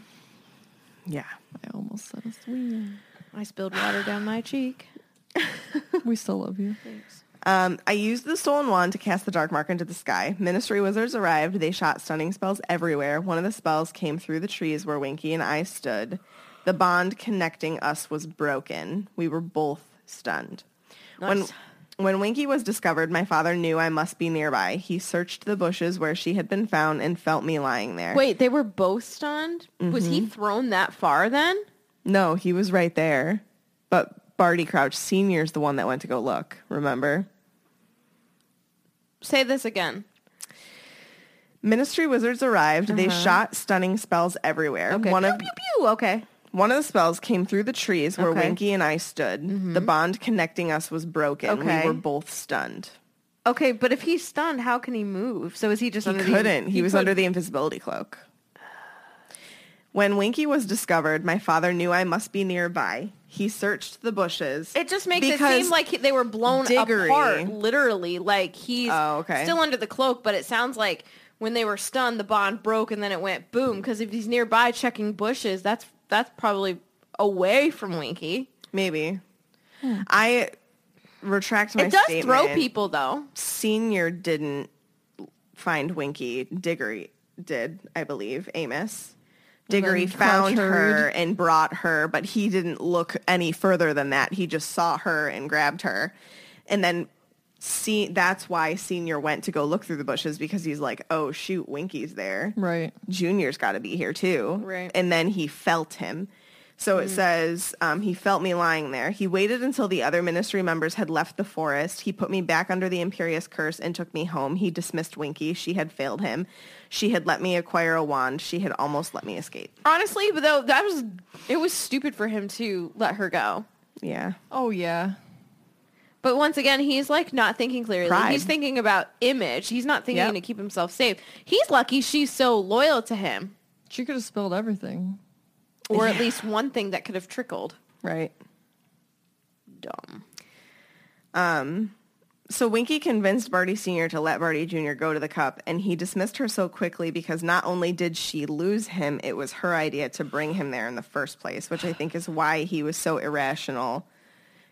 Yeah, I almost said a swear. I spilled water down my cheek. we still love you. Um, I used the stolen wand to cast the dark mark into the sky. Ministry wizards arrived. They shot stunning spells everywhere. One of the spells came through the trees where Winky and I stood. The bond connecting us was broken. We were both stunned. When when Winky was discovered, my father knew I must be nearby. He searched the bushes where she had been found and felt me lying there. Wait, they were both stunned. Was he thrown that far then? No, he was right there. But Barty Crouch Sr. is the one that went to go look, remember? Say this again. Ministry wizards arrived. They shot stunning spells everywhere. Uh-huh. Okay. One pew, of pew, pew. Okay. one of the spells came through the trees where Okay. Mm-hmm. Winky and I stood. The bond connecting us was broken. Okay. We were both stunned. Okay, but if he's stunned, how can he move? So is he just He under couldn't. The, he was under the invisibility cloak. When Winky was discovered, my father knew I must be nearby. He searched the bushes. It just makes it because seem like he- they were blown Diggory- apart, literally. Like he's Oh, okay. still under the cloak, but it sounds like when they were stunned, the bond broke and then it went boom. Because if he's nearby checking bushes, that's that's probably away from Winky. maybe. I retract my Hmm. It does statement. throw people though. Senior didn't find Winky. Diggory did, I believe. Amos. Diggory then Crouch found her heard. and brought her, but he didn't look any further than that. He just saw her and grabbed her. And then see that's why Senior went to go look through the bushes because he's like, oh shoot, Winky's there. Right. Junior's got to be here too. Right. And then he felt him. So it says um, he felt me lying there. He waited until the other ministry members had left the forest. He put me back under the imperious curse and took me home. He dismissed Winky. She had failed him. She had let me acquire a wand. She had almost let me escape. Honestly, but though that was it was stupid for him to let her go. Yeah. Oh yeah. But once again, he's like not thinking clearly. Pride. He's thinking about image. He's not thinking Yep. to keep himself safe. He's lucky she's so loyal to him, She could have spilled everything. or at least one thing that could have trickled. Right. Dumb. So Winky convinced Barty Sr. to let Barty Jr. go to the cup, and he dismissed her so quickly because not only did she lose him, it was her idea to bring him there in the first place, which I think is why he was so irrational.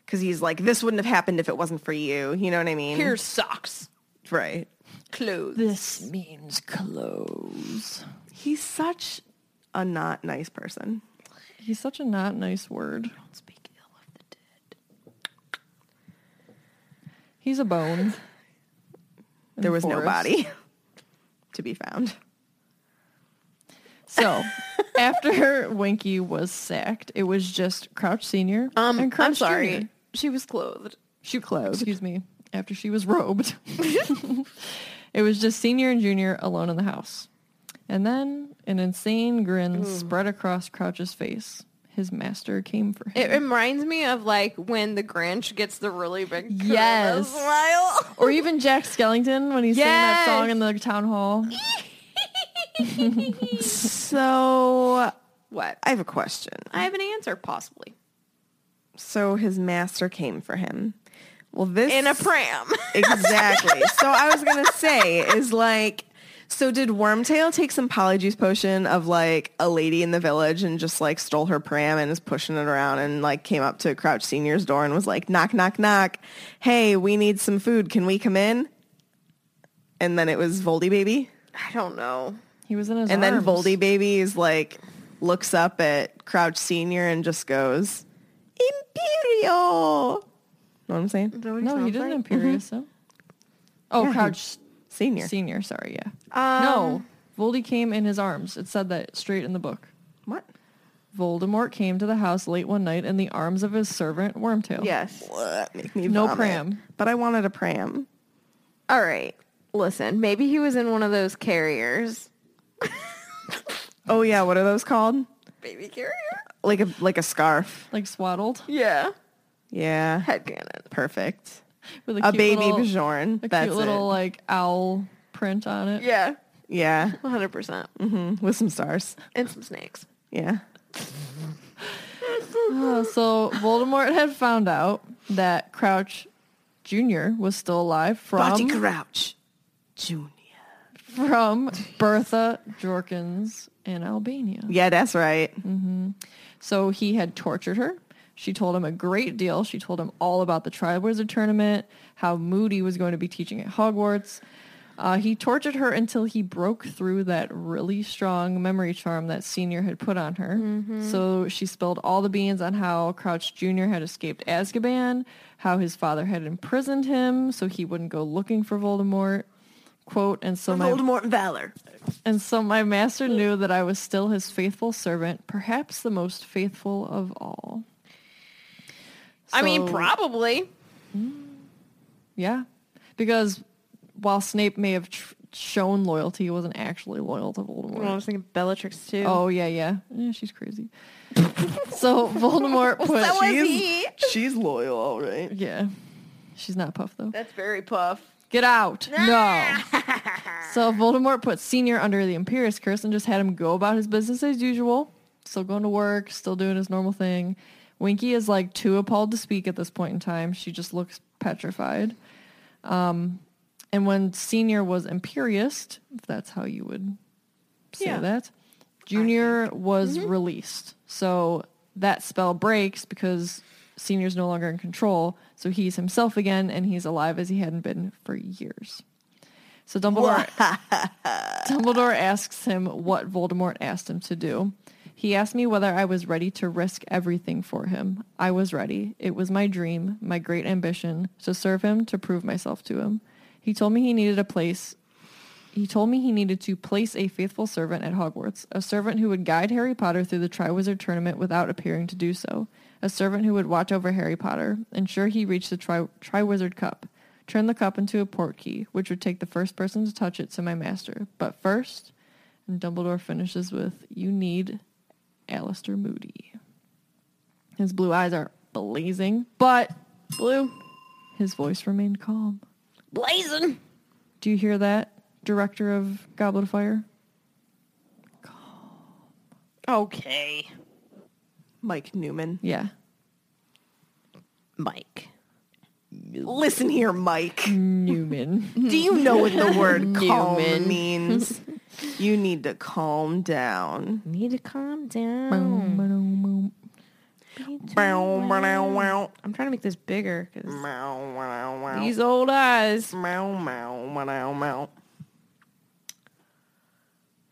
Because he's like, this wouldn't have happened if it wasn't for you. You know what I mean? Here socks, right. clothes. Mm, This means clothes. He's such a not nice person. He's such a not nice word. Speak ill of the dead. He's a bone. There was no forest. body to be found. So after Winky was sacked, it was just Crouch Senior Um, and Crouch I'm sorry. Jr. She was clothed. She clothed. Excuse me. After she was robed, it was just Senior and Junior alone in the house. And then an insane grin spread across Crouch's face. his master came for him. It reminds me of like when the Grinch gets the really big Christmas Yes. smile. or even Jack Skellington when he sang that Yes. song in the town hall. So What? I have a question. I have an answer, possibly. So his master came for him. Well, this In a pram. exactly. so I was gonna say is like, so did Wormtail take some polyjuice potion of like a lady in the village and just like stole her pram and is pushing it around and like came up to Crouch Senior's door and was like, knock, knock, knock. Hey, we need some food. Can we come in? And then it was Voldy Baby. I don't know. He was in his And then arms. Voldy Baby is like, looks up at Crouch Senior and just goes, Imperial. Know what I'm saying? No, he didn't Imperious him. Oh, he- Crouch Senior. Mm-hmm. Senior, Um, sorry, yeah. no, Voldy came in his arms. It said that straight in the book. What? Voldemort came to the house late one night in the arms of his servant Wormtail. Yes. Make me No vomit. pram. But I wanted a pram. All right. Listen, maybe he was in one of those carriers. Oh yeah, what are those called? Baby carrier? Like a like a scarf. like swaddled Yeah. Yeah. Headcanon. Perfect. with A cute baby little, Bjorn. a That's cute little it. like owl print on it. Yeah. Yeah. 100%. With some stars. And some snakes. Yeah. Uh, so Voldemort had found out that Crouch Jr. was still alive Barty from Crouch Junior. from Bertha Jorkins in Albania. Yeah, that's right. So he had tortured her. She told him a great deal. She told him all about the Triwizard Tournament, how Moody was going to be teaching at Hogwarts. Uh, he tortured her until he broke through that really strong memory charm that Senior had put on her. So she spilled all the beans on how Crouch Jr. had escaped Azkaban, how his father had imprisoned him so he wouldn't go looking for Voldemort. Quote, and so my Voldemort and Valor. and so my master knew that I was still his faithful servant, perhaps the most faithful of all. I mean, So, probably. yeah, because while Snape may have tr- shown loyalty, he wasn't actually loyal to Voldemort. was thinking Bellatrix too. Oh yeah, yeah, yeah. She's crazy. so Voldemort put. that was She's- Oh, he. She's loyal, all right. yeah, she's not puff though. That's very puff. Get out. No. so Voldemort put Senior under the Imperius curse and just had him go about his business as usual. Still going to work, still doing his normal thing. Winky is like too appalled to speak at this point in time. She just looks petrified. Um, and when Senior was Imperious, if that's how you would say that, Junior was released. So that spell breaks because Senior's no longer in control. So he's himself again and he's alive as he hadn't been for years. So Dumbledore Dumbledore asks him what Voldemort asked him to do. He asked me whether I was ready to risk everything for him. I was ready. It was my dream, my great ambition to serve him, to prove myself to him. He told me he needed a place he told me he needed to place a faithful servant at Hogwarts, a servant who would guide Harry Potter through the Triwizard Tournament without appearing to do so, a servant who would watch over Harry Potter, ensure he reached the tri- Triwizard Cup, turn the cup into a portkey, which would take the first person to touch it to my master. But first, and Dumbledore finishes with, you need Alistair Moody. His blue eyes are blazing, but blue. His voice remained calm. Blazing. Do you hear that, director of Goblet of Fire? Okay. Mike Newman. Yeah. Mike. Listen here, Mike. Newman. Do you know what the word calm means? You need to calm down. Need to calm down. That's Meow, meow, meow, I'm trying to make this bigger because meow, meow, meow. these old eyes. Meow, meow, meow, meow.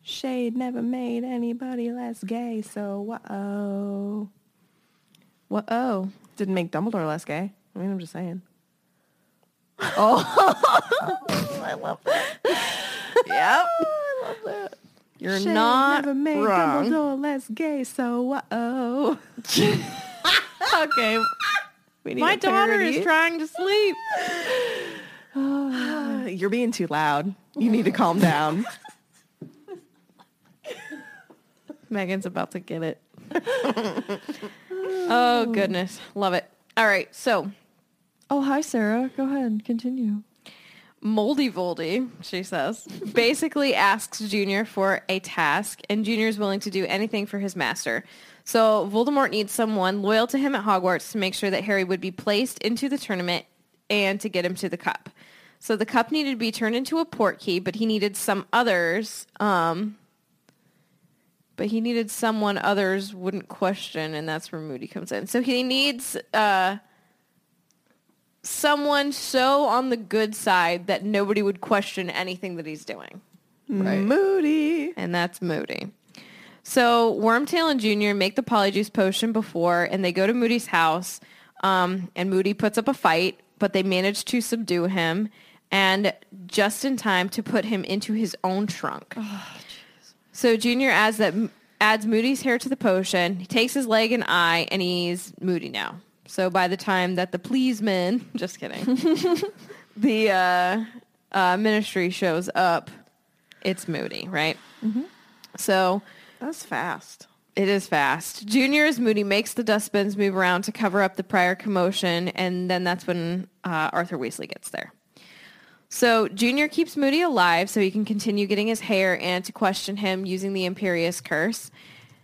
Shade never made anybody less gay, so whoa. Whoa. Didn't make Dumbledore less gay. I mean, I'm just saying. Oh. You're not never made wrong. Dumbledore less gay, so whoa. Okay. We need My a daughter parody. is trying to sleep. You're being too loud. You need to calm down. Megan's about to get it. Oh goodness, love it. All right, so Oh, hi, Sarah. Go ahead. Continue. Moldy Voldy, she says, basically asks Junior for a task, and Junior is willing to do anything for his master. So Voldemort needs someone loyal to him at Hogwarts to make sure that Harry would be placed into the tournament and to get him to the cup. So the cup needed to be turned into a port key, but he needed some others. Um, but he needed someone others wouldn't question, and that's where Moody comes in. So he needs uh, someone so on the good side that nobody would question anything that he's doing. Moody. And that's Moody. So Wormtail and Junior make the polyjuice potion before, and they go to Moody's house. Um, and Moody puts up a fight, but they manage to subdue him, and just in time to put him into his own trunk. so Junior adds that adds Moody's hair to the potion. He takes his leg and eye, and he's Moody now. So by the time that the please men, just kidding, the uh, uh, ministry shows up, it's Moody, right? So That's fast. it is fast. Junior is Moody makes the dustbins move around to cover up the prior commotion, and then that's when uh, Arthur Weasley gets there. So Junior keeps Moody alive so he can continue getting his hair and to question him using the Imperious curse.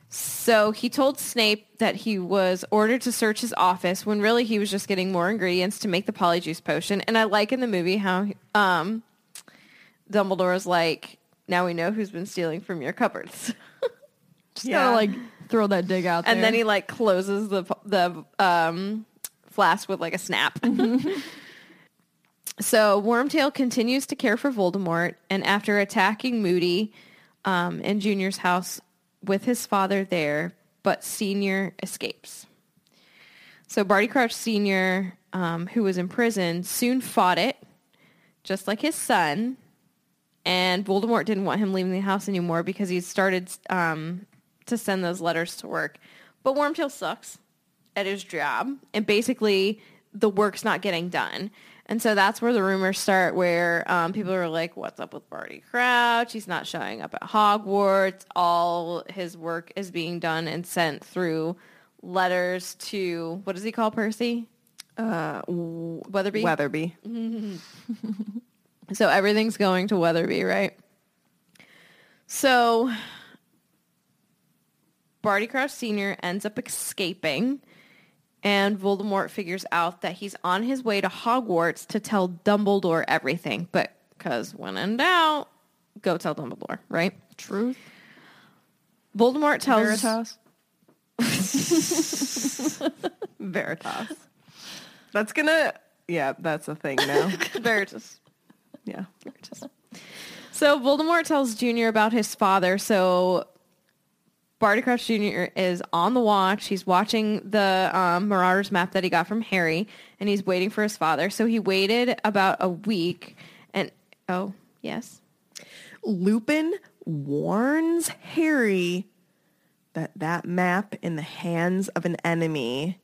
So he told Snape that he was ordered to search his office when really he was just getting more ingredients to make the polyjuice potion. And I like in the movie how um, Dumbledore's like, now we know who's been stealing from your cupboards. Just gotta like throw that dig out and there. then he like closes the the um, flask with like a snap. so Wormtail continues to care for Voldemort, and after attacking Moody um, in Junior's house with his father there, but Senior escapes. So Barty Crouch Senior, um, who was in prison, soon fought it, just like his son. And Voldemort didn't want him leaving the house anymore because he started um, to send those letters to work. But Wormtail sucks at his job, and basically the work's not getting done. And so that's where the rumors start, where um, people are like, "What's up with Barty Crouch? He's not showing up at Hogwarts. All his work is being done and sent through letters to what does he call Percy? Uh, Weatherby. Weatherby. So everything's going to Weatherby, right? So Barty Crouch Sr. ends up escaping, and Voldemort figures out that he's on his way to Hogwarts to tell Dumbledore everything. But because when in doubt, go tell Dumbledore, right? truth. Voldemort tells Veritas. Veritas. That's gonna. Yeah, that's a thing now. Veritas. yeah. So Voldemort tells Junior about his father. So Barty Crouch Jr. is on the watch. He's watching the um, Marauders map that he got from Harry, and he's waiting for his father. So he waited about a week, and oh yes, Lupin warns Harry that that map in the hands of an enemy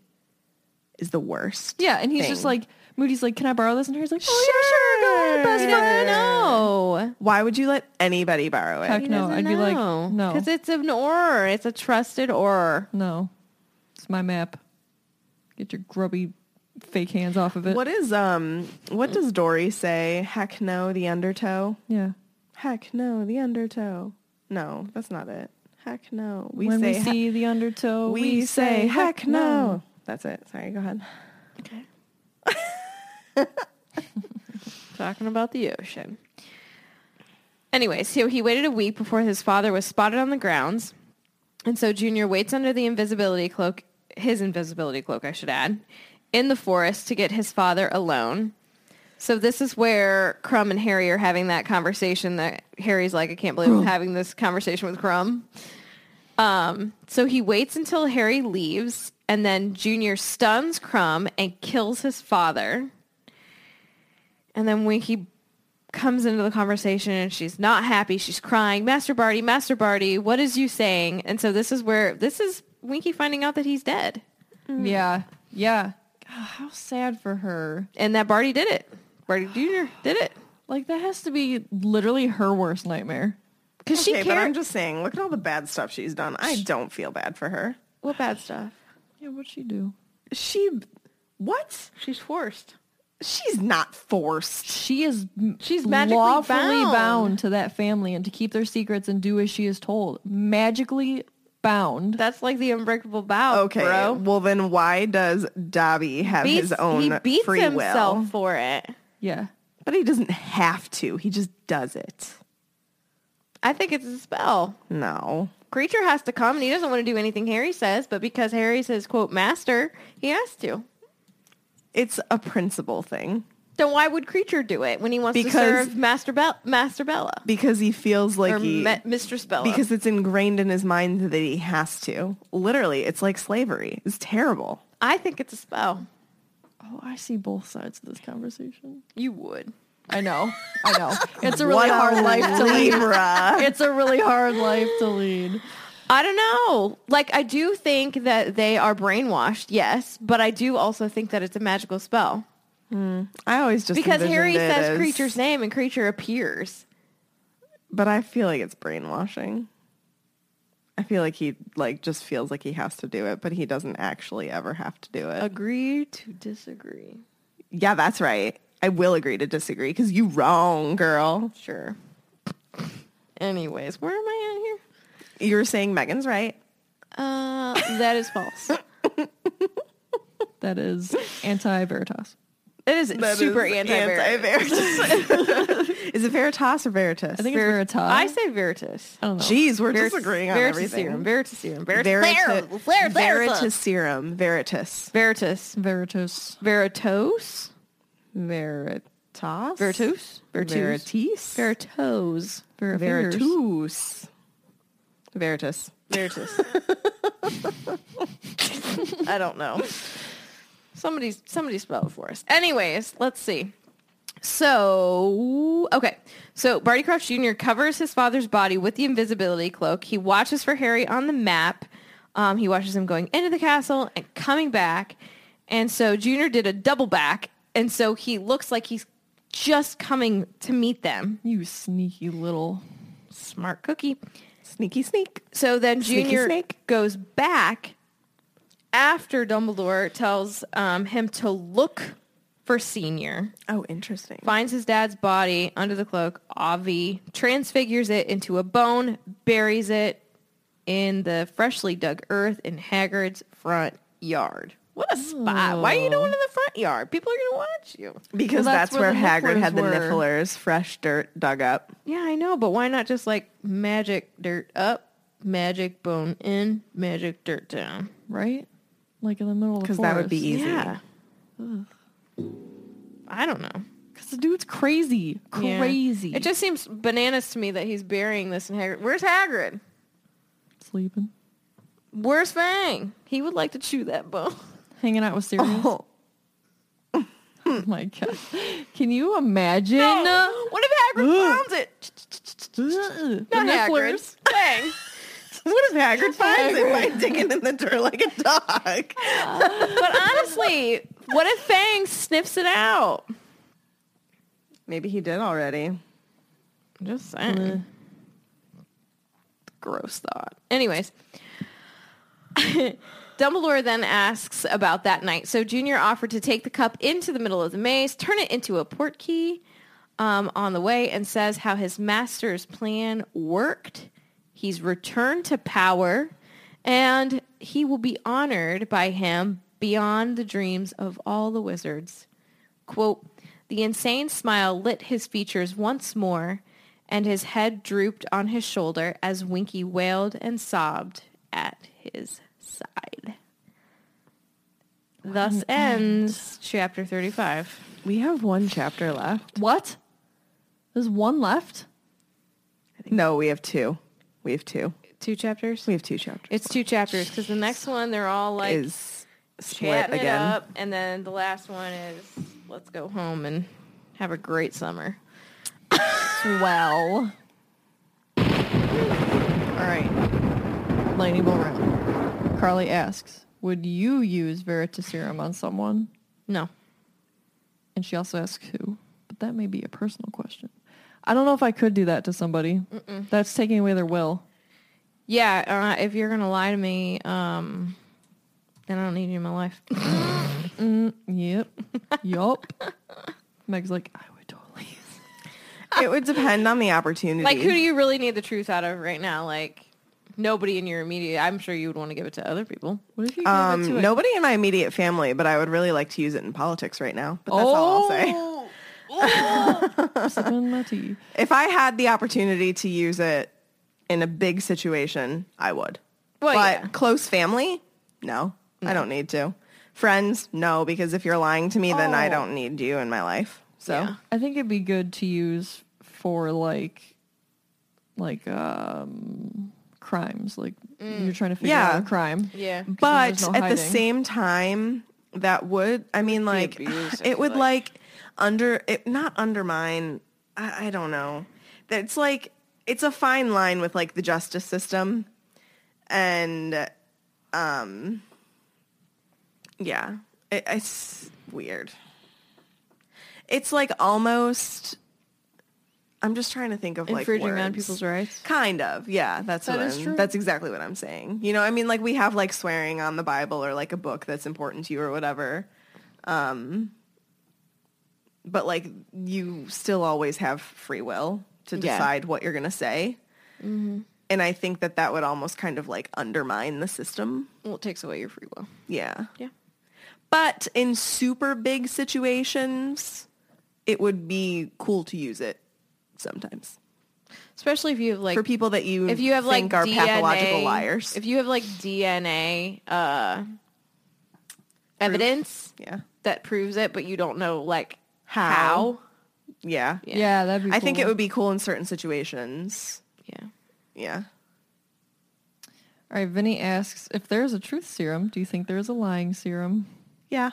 is the worst. Yeah, and he's just Thing. like Moody's like, Can I borrow this? And Harry's like, Oh yeah. sure, best fucking no. Why would you let anybody borrow it? Heck no. I'd be like, No. because it's an or. It's a trusted or. No. It's my map. Get your grubby fake hands off of it. What is um? What does Dory say? Heck no, the undertow. Yeah. Heck no, the undertow. No, that's not it. Heck no. We when say we he- see the undertow, we, say heck no. That's it. Sorry, go ahead. talking about the ocean. Anyway, so he waited a week before his father was spotted on the grounds. And so Junior waits under the invisibility cloak, his invisibility cloak, I should add, in the forest to get his father alone. So this is where Crumb and Harry are having that conversation that Harry's like, I can't believe I'm having this conversation with Crumb. Um, so he waits until Harry leaves, and then Junior stuns Crumb and kills his father. And then when he comes into the conversation and she's not happy, she's crying, Master Barty, Master Barty, what is you saying? And so this is where this is Winky finding out that he's dead Mm-hmm. Yeah. Yeah. God, how sad for her. and that Barty did it. Barty Jr. did it. Like that has to be literally her worst nightmare. Because okay, she but cared. I'm just saying, look at all the bad stuff she's done. I don't feel bad for her. What bad stuff? Yeah, what'd she do? She, what? She's forced. She's not forced. She is she's magically lawfully bound. bound. to that family and to keep their secrets and do as she is told. Magically bound. That's like the unbreakable vow, Okay. bro. Well, then why does Dobby have his own he beats free himself will? for it. yeah. But he doesn't have to. He just does it. I think it's a spell. No. Creature has to come, and he doesn't want to do anything Harry says, but because Harry's his quote master, he has to. It's a principle thing Then why would Creature do it when he wants to Because- serve Master Bel- Master Bella because he feels like or he, Ma- Mistress Bella? because it's ingrained in his mind that he has to. Literally, it's like slavery. It's terrible. I think it's a spell. Oh, I see both sides of this conversation. You would. I know. I know. It's a really hard life to lead. Libra. It's a really hard life to lead. I don't know. Like I do think that they are brainwashed, yes, but I do also think that it's a magical spell I always just because envisioned Harry it says as- Creature's name and Creature appears. but I feel like it's brainwashing. I feel like he like just feels like he has to do it, but he doesn't actually ever have to do it. Agree to disagree. Yeah, that's right. I will agree to disagree because you wrong, girl. Sure. Anyways, where am I at here? You were saying Megan's right. Uh, that is false. That is anti Veritas. It is super anti veritas. Is it Veritas or Veritas? I think it's Veritas. I say veritas. I don't know. Jeez, we're Veritas- disagreeing on veritas Serum, everything. veritas serum. Veritas. Verita- Flare, flare, flare, flare. Veritaserum. Veritas. Veritas. Veritas. Veritos. Veritas. Vertus. Vertus. Veritas. Veritos. Veritus. Veritus. Veritas. Veritas. I don't know. Somebody, somebody spell it for us. Anyways, let's see. So, okay. So Barty Crouch Jr. covers his father's body with the invisibility cloak. He watches for Harry on the map. Um, he watches him going into the castle and coming back. And so Jr. did a double back. And so he looks like he's just coming to meet them. You sneaky little. Smart cookie. Sneaky sneak. So then Sneaky Junior snake. goes back after Dumbledore tells um, him to look for Senior, Oh, interesting. finds his dad's body under the cloak, Avi, transfigures it into a bone, buries it in the freshly dug earth in Haggard's front yard. What a spot. Why are you doing it in the front yard? People are going to watch you. Because Well, that's, that's where, where the Haggard had the nifflers were. nifflers, fresh dirt dug up. Yeah, I know, but why not just like magic dirt up, magic bone in, magic dirt down? Right? Like in the middle of the Because that would be forest. easy. Yeah. I don't know. Because the dude's crazy. Yeah. Crazy. It just seems bananas to me that he's burying this in Hagrid. Where's Hagrid? sleeping. Where's Fang? He would like to chew that bone. Hanging out with Sirius. Oh. my god. Can you imagine? No. What if Hagrid found it? Ugh. Not The Hagrid. nifflers. Fang. What if Haggard finds it by digging in the dirt like a dog? But honestly, what if Fang sniffs it out? Maybe he did already. Just saying. Gross thought. Anyways, Dumbledore then asks about that night. So Junior offered to take the cup into the middle of the maze, turn it into a portkey um, on the way, and says how his master's plan worked. He's returned to power, and he will be honored by him beyond the dreams of all the wizards. Quote, the insane smile lit his features once more, and his head drooped on his shoulder as Winky wailed and sobbed at his side. Thus ends chapter 35. We have one chapter left. What? There's one left? No, we have two. We have two. Two chapters? We have two chapters. It's two chapters because the next one, they're all like is split chatting it again. up, and then the last one is let's go home and have a great summer. Swell. All right. Lightning bolt round. Carly asks, would you use Veritaserum on someone? No. And she also asks who. But that may be a personal question. I don't know if I could do that to somebody. That's taking away their will. Yeah, uh, if you're gonna lie to me, um, then I don't need you in my life. Yep. yup. Meg's like, I would totally. It would depend on the opportunity. like, who do you really need the truth out of right now? Like, nobody in your immediate. I'm sure you would want to give it to other people. What if you gave it to um, a- nobody in my immediate family, but I would really like to use it in politics right now. But that's all I'll say. Oh. sipping my tea? If I had the opportunity to use it in a big situation, I would. Well, but yeah. close family? No, I don't need to. Friends? No, because if you're lying to me, then I don't need you in my life. So Oh. Yeah. I think it'd be good to use for like, like um, crimes. Like you're trying to figure Yeah. out a crime. Yeah. but Because then there's no at the hiding. same time that would i mean like abuse, I it feel would like. like. under it not undermine I, I don't know that's like it's a fine line with like the justice system and um yeah it, it's weird it's like almost i'm just trying to think of like Infringing on words. people's rights. Kind of, yeah. That's That what is I'm- true. That's exactly what I'm saying. You know, I mean, like we have like swearing on the Bible or like a book that's important to you or whatever. Um, but like you still always have free will to Yeah. Mm-hmm. decide what you're gonna say. And I think that that would almost kind of like undermine the system. Well, it takes away your free will. Yeah. Yeah. But in super big situations, it would be cool to use it sometimes Especially if you have like for people that you if you have like think are DNA, pathological liars. If you have like DNA uh, evidence yeah. that proves it, but you don't know like how. Yeah. Yeah, that'd be. I think cool. it would be cool in certain situations. Yeah. Yeah. All right, Vinny asks if there's a truth serum. Do you think there is a lying serum? Yeah.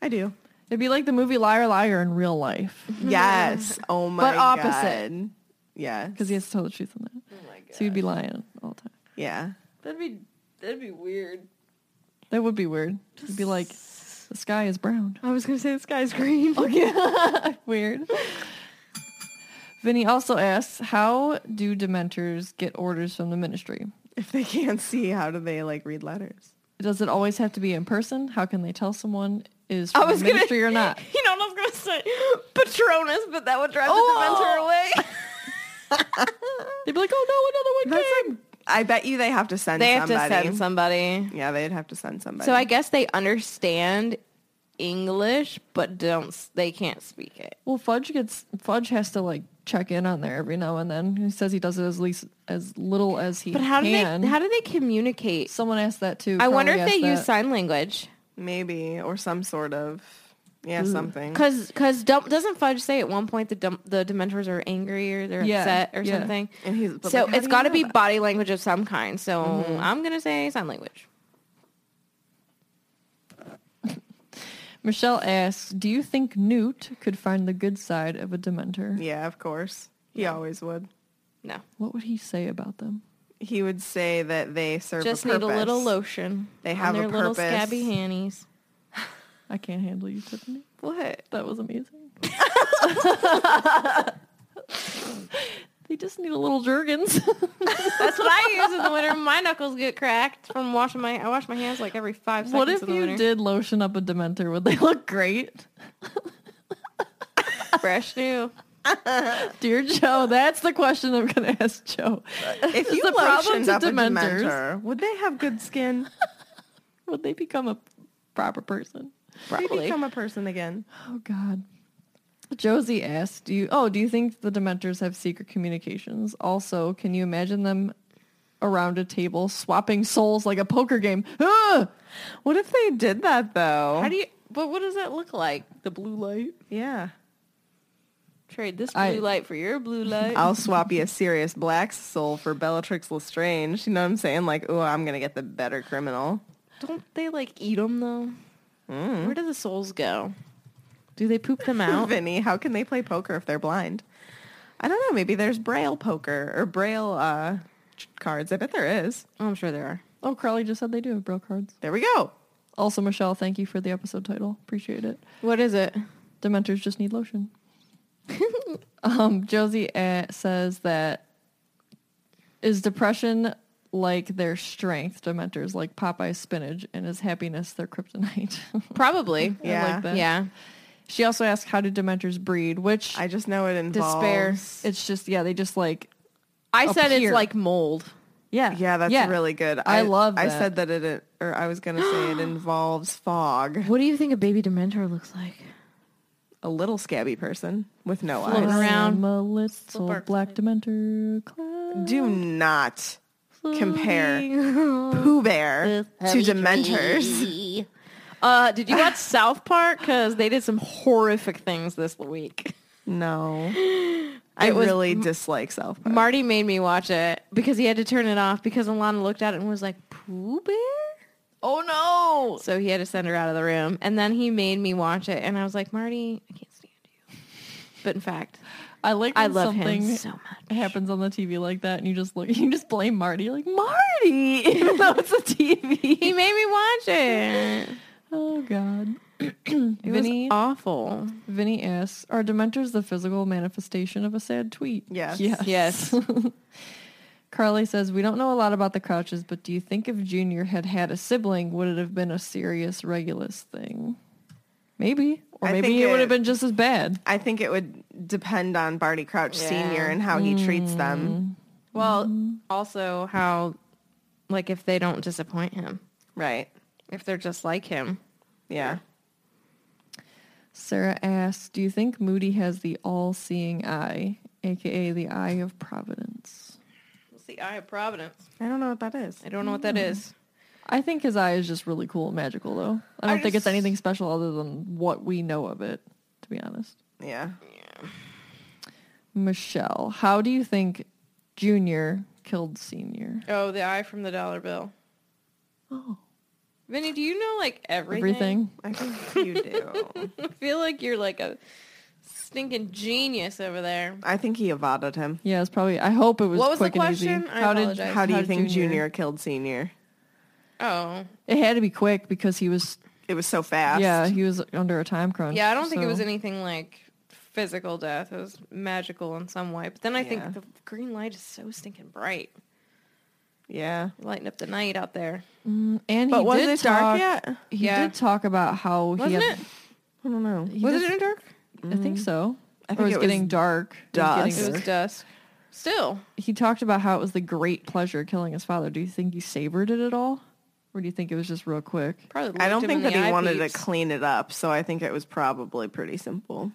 I do. It'd be like the movie Liar Liar in real life Mm-hmm. Yes. Oh my But god. opposite. Yeah. because he has to tell the truth on that. So he'd be lying all the time. Yeah. That'd be that'd be weird. That would be weird. He'd be like, the sky is brown. I was gonna say the sky's green. Weird. Vinny also asks, how do Dementors get orders from the ministry? If they can't see, how do they like read letters? Does it always have to be in person? How can they tell someone is from the ministry or not? You know what I was gonna say? Patronus, but that would drive Oh! the Dementor away. They'd be like, oh no, another one That's came. like I bet you they have to send They have somebody. to send somebody. Yeah, they'd have to send somebody. So I guess they understand English, but don't s- they can't speak it. Well, Fudge gets Fudge has to like check in on there every now and then. He says he does it as least as little as he But how do can. they how do they communicate? Someone asked that too. I wonder Crowley if they asked use that. sign language. maybe or some sort of yeah, something. Cause, cause Dump, doesn't Fudge say at one point the Dump, the Dementors are angry or they're Yeah, upset or yeah. something? And he's- but so like, how it's do you got to know be that? body language of some kind. So Mm-hmm. I'm gonna say sign language. Michelle asks, "Do you think Newt could find the good side of a Dementor? Yeah, of course. He always would. No, What would he say about them?" He would say that they serve just a need a little purpose. lotion. They on have a their little purpose. scabby hannies. I can't handle you, Tiffany. What? That was amazing. they just need a little Jergens. That's what I use in the winter. My knuckles get cracked from washing my. I wash my hands like every five seconds. what if in the you winter. did lotion up a Dementor? Would they look great? fresh new? Dear Joe, that's the question I'm going to ask Joe. If Is you the problem lotioned to up a Dementors? Dementor, would they have good skin? Would they become a proper person? They Probably. become a person again. Oh God. Josie asked, "Do you? Oh, do you think the Dementors have secret communications? Also, can you imagine them around a table swapping souls like a poker game? Ah! What if they did that though? How do you? But what does that look like? The blue light. yeah. Trade this blue I- light for your blue light. I'll swap you a serious black soul for Bellatrix Lestrange. You know what I'm saying? Like, oh, I'm gonna get the better criminal. Don't they like eat them though? Where do the souls go? Mm. Do they poop them out? Vinny, how can they play poker if they're blind? I don't know. Maybe there's braille poker or braille uh, ch- cards. I bet there is. I'm sure there are. Oh, Crowley just said they do have bro cards. There we go. Also, Michelle, thank you for the episode title. Appreciate it. What is it? Dementors just need lotion. eh, um, Josie uh, says that is depression like their strength, Dementors like Popeye's spinach, and his happiness their kryptonite. Probably. I Yeah. like that. Yeah. She also asked, "How do Dementors breed?" Which I just know it involves Despair. it's just yeah, they just like I Up said here. it's like mold. yeah, Yeah, that's really good. I love I that. said that it, or I was gonna say it involves fog. What do you think a baby dementor looks like? A little scabby person with no I eyes. Floating around. am a little black Dementor cloud. Do not compare Pooh Bear to Dementors. Uh, did you watch South Park? Because they did some horrific things this week. No, I It was- really dislike South Park. Marty made me watch it because he had to turn it off because Alana looked at it and was like, Pooh Bear? Oh no! So he had to send her out of the room. And then he made me watch it. And I was like, Marty, I can't stand you. But in fact, I like I when love something him so much. happens on the TV like that, and you just look, you just blame Marty, You're like Marty, even though it's a TV. He made me watch it. Oh God. It Vinny, was awful. Vinny asks, "Are Dementors the physical manifestation of a sad tweet?" Yes. Yes. Yes. Carly says, "We don't know a lot about the Crouches, but do you think if Junior had had a sibling, would it have been a serious Regulus thing? Maybe, or I maybe think it would have it- been just as bad. I think it would depend on Barty Crouch Yeah. Senior and how he treats them. Well, also how, like, if they don't disappoint him, Right? if they're just like him. Yeah. Sarah asks, "Do you think Moody has the all-seeing eye, aka the eye of providence?" It's the Eye of Providence. I don't know what that is. I don't know what that is. I think his eye is just really cool and magical, though. I don't think it's anything special other than what we know of it, to be honest. Yeah. Michelle, how do you think Junior killed Senior? Oh, the eye from the dollar bill. Oh. Vinny, do you know like everything? Everything. I think you do. I feel like you're like a stinking genius over there. I think he evaded him. Yeah, it's probably. I hope it was. What was the quick and easy. question? I how did? apologize. How do you think Junior- Junior, killed Senior? Oh. It had to be quick because he was. It was so fast. Yeah, he was under a time crunch. Yeah, I don't think it so- was anything like physical death. It was magical in some way. But then I Yeah. think the green light is so stinking bright. Yeah. Lighting up the night out there. And But he was did it talk, dark yet? I He Yeah. did talk about how he Wasn't had. it? don't know. He was did- it in Mm-hmm. dark? I think so. I think it was, it was getting dark. It was getting dusk. It dark. was dusk. Still. he talked about how it was the great pleasure of killing his father. Do you think he savored it at all? Or do you think it was just real quick? Probably I don't looked think him in that the he eye wanted peeps. to clean it up, so I think it was probably pretty simple.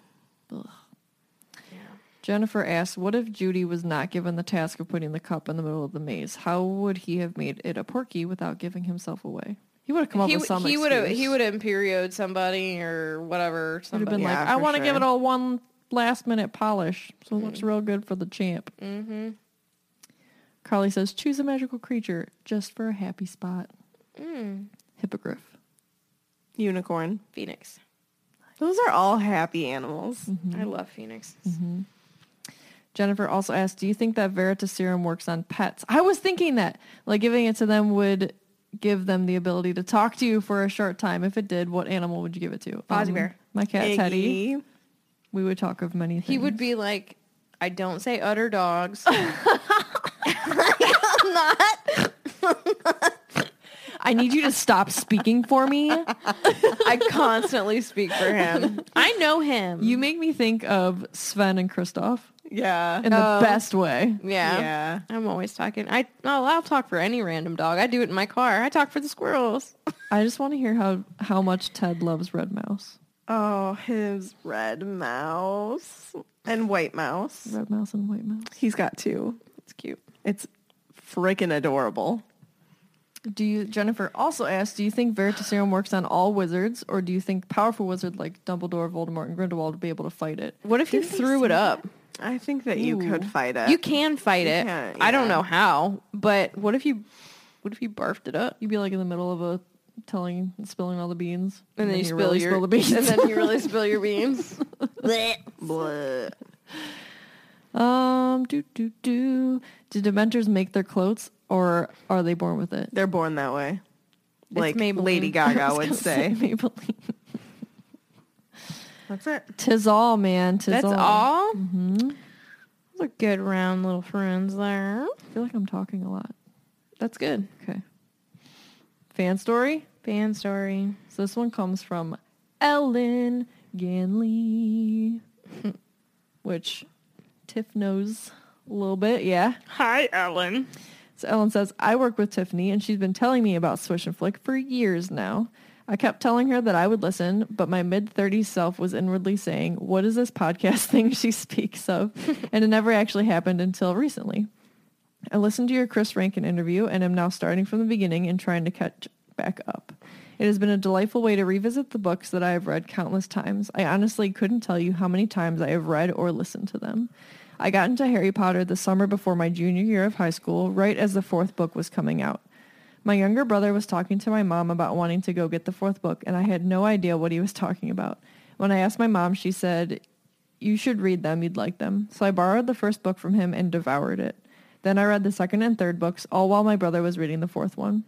Jennifer asked, what if Judy was not given the task of putting the cup in the middle of the maze? How would he have made it a porky without giving himself away? He would have come up he, with some he would have he excuse. would have imperioed somebody or whatever He'd have somebody been like, Yeah, I for want to give sure. it all one last minute polish, so it Mm-hmm. looks real good for the champ. Mm-hmm. Carly says, choose a magical creature just for a happy spot. Mm. Hippogriff. Unicorn. Phoenix. Those are all happy animals. Mm-hmm. I love Phoenix. Jennifer also asked, "Do you think that Veritas serum works on pets?" I was thinking that, like, giving it to them would give them the ability to talk to you for a short time. If it did, what animal would you give it to? Um, Fozzie bear. my cat Teddy. Iggy. We would talk of many things. He would be like, I don't say utter dogs. I'm not. I need you to stop speaking for me. I constantly speak for him. I know him. You make me think of Sven and Kristoff Yeah. Oh, in the best way. yeah. Yeah. I'm always talking. I oh, I'll talk for any random dog. I do it in my car. I talk for the squirrels. I just want to hear how how much Ted loves Red Mouse. Oh, his red mouse and white mouse. Red Mouse and White Mouse. He's got two. It's cute. It's freaking adorable. Do you Jennifer also asked, do you think Veritaserum works on all wizards or do you think powerful wizards like Dumbledore, Voldemort, and Grindelwald would be able to fight it? What if you threw it up? I think that you could fight it. You can fight it. can, I don't yeah. know how, but what if you what if you barfed it up? You'd be like in the middle of a telling spilling all the beans. and then, you, spill really your spill the beans. and then you really spill your beans. Bleh. um do do do. Do Dementors make their clothes or are they born with it? They're born that way. Like Maybelline. Lady Gaga would say. Maybelline. That's it. Tis all, man. Tis That's all. all. Mm-hmm. Those are good round little friends there. I feel like I'm talking a lot. That's good. Okay. Fan story. Fan story. So this one comes from Ellen Ganley, which Tiff knows a little bit. Yeah. Hi, Ellen. So Ellen says, I work with Tiffany and she's been telling me about Swish and Flick for years now. I kept telling her that I would listen, but my mid-30s self was inwardly saying, what is this podcast thing she speaks of? and it never actually happened until recently. I listened to your Chris Rankin interview and am now starting from the beginning and trying to catch back up. It has been a delightful way to revisit the books that I have read countless times. I honestly couldn't tell you how many times I have read or listened to them. I got into Harry Potter the summer before my junior year of high school, right as the fourth book was coming out. My younger brother was talking to my mom about wanting to go get the fourth book, and I had no idea what he was talking about. When I asked my mom, she said, you should read them. You'd like them. So I borrowed the first book from him and devoured it. Then I read the second and third books, all while my brother was reading the fourth one.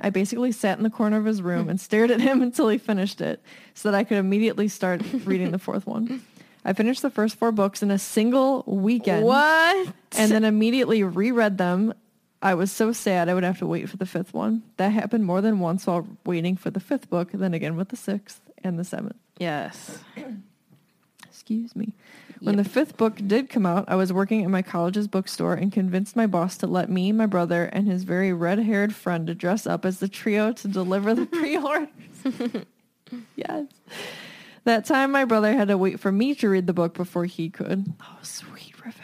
I basically sat in the corner of his room and stared at him until he finished it so that I could immediately start reading the fourth one. I finished the first four books in a single weekend. What? And then immediately reread them. I was so sad I would have to wait for the fifth one. That happened more than once while waiting for the fifth book, then again with the sixth and the seventh. Yes. Excuse me. When the fifth book did come out, I was working at my college's bookstore and convinced my boss to let me, my brother, and his very red-haired friend to dress up as the trio to deliver the pre-orders. yes. That time my brother had to wait for me to read the book before he could. Oh, sweet revenge.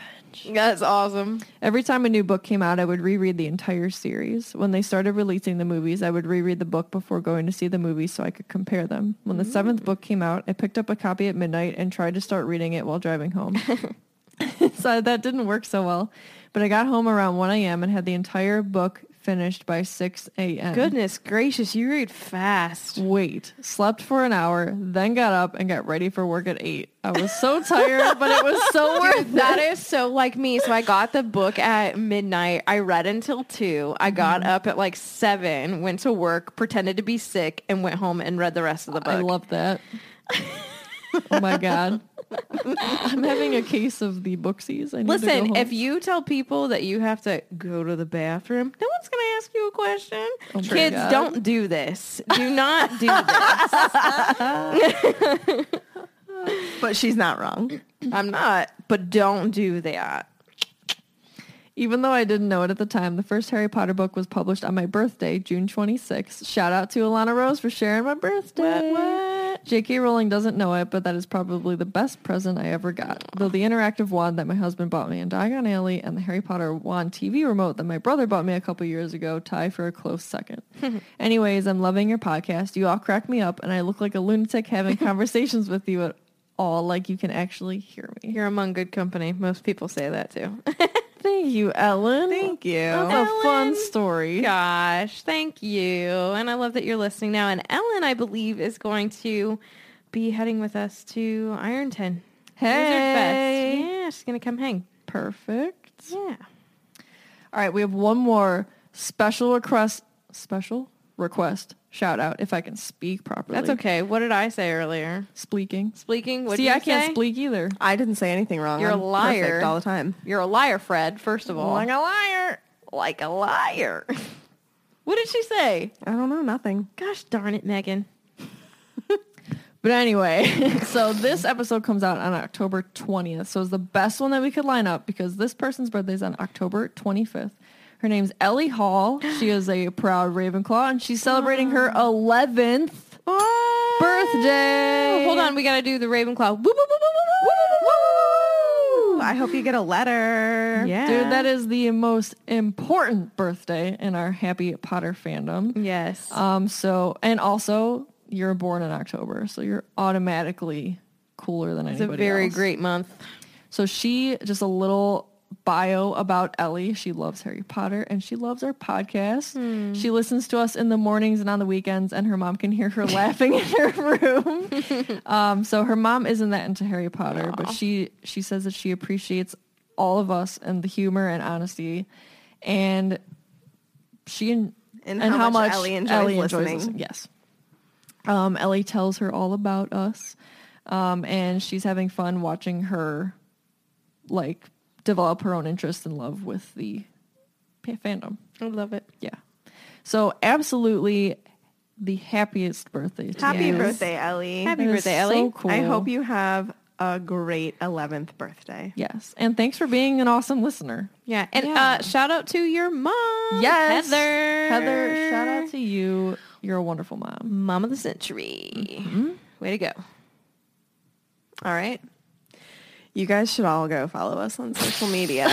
That's awesome. Every time a new book came out, I would reread the entire series. When they started releasing the movies, I would reread the book before going to see the movie so I could compare them. When the seventh book came out, I picked up a copy at midnight and tried to start reading it while driving home. so that didn't work so well. But I got home around 1 a.m. and had the entire book finished by 6 a.m. Goodness gracious, you read fast. Wait, slept for an hour, then got up and got ready for work at 8. I was so tired, but it was so worth it. That is so like me. So I got the book at midnight. I read until two. I Mm-hmm. got up at like seven, went to work, pretended to be sick, and went home and read the rest of the book. I love that. oh my god. I'm having a case of the booksies. I need to go Listen, home. if you tell people that you have to go to the bathroom, no one's going to ask you a question. Oh my Kids, God. don't do this. Do not do this. But she's not wrong. I'm not, but don't do that. even though I didn't know it at the time, the first Harry Potter book was published on my birthday, June 26th. Shout out to Alana Rose for sharing my birthday. What? J.K. Rowling doesn't know it, but that is probably the best present I ever got. Though the interactive wand that my husband bought me in Diagon Alley and the Harry Potter wand TV remote that my brother bought me a couple years ago tie for a close second. Anyways, I'm loving your podcast. You all crack me up, and I look like a lunatic having conversations with you at all, like you can actually hear me. You're among good company. Most people say that too. Oh, Thank you, Ellen. Thank you. That's a fun story. Gosh, thank you. And I love that you're listening now. And Ellen, I believe, is going to be heading with us to Ironton. Hey. Fest. Yeah, she's going to come hang. Perfect. Yeah. All right, we have one more special request. Special request shout out if I can speak properly. That's okay. What did I say earlier? Speaking. Speaking. What See, I can't speak either. I didn't say anything wrong. You're a I'm liar. perfect all the time. You're a liar, Fred, first of all. a liar. Like a liar. what did she say? I don't know. Nothing. Gosh darn it, Megan. But anyway, so this episode comes out on October 20th. So it's the best one that we could line up because this person's birthday is on October 25th. Her name's Ellie Hall. She is a proud Ravenclaw and she's celebrating her 11th birthday. Oh, Hold on, we got to do the Ravenclaw. Woo, woo, woo, woo, woo, woo. Ooh, I hope you get a letter. Yeah. Dude, that is the most important birthday in our Happy Potter fandom. Yes. Um, so, and also you're born in October, so you're automatically cooler than it's a anybody very else. great month. So she just a little bio about Ellie. She loves Harry Potter and she loves our podcast. Hmm. She listens to us in the mornings and on the weekends and her mom can hear her laughing in her room. um, so her mom isn't that into Harry Potter, but she she says that she appreciates all of us and the humor and honesty and she and, And how much Ellie enjoys listening. listening. Yes. Um, Ellie tells her all about us, um, and she's having fun watching her, like, develop her own interest and love with the pa- fandom. I love it. Yeah. So absolutely the happiest birthday. To Happy you. birthday, Ellie. Happy That is birthday, Oh, so Ellie. cool. I hope you have a great 11th birthday. Yes. And thanks for being an awesome listener. Yeah. And Yeah. Uh, shout out to your mom. Heather. Heather, shout out to you. You're a wonderful mom. Mom of the century. Mm-hmm. Way to go. All right. You guys should all go follow us on social media.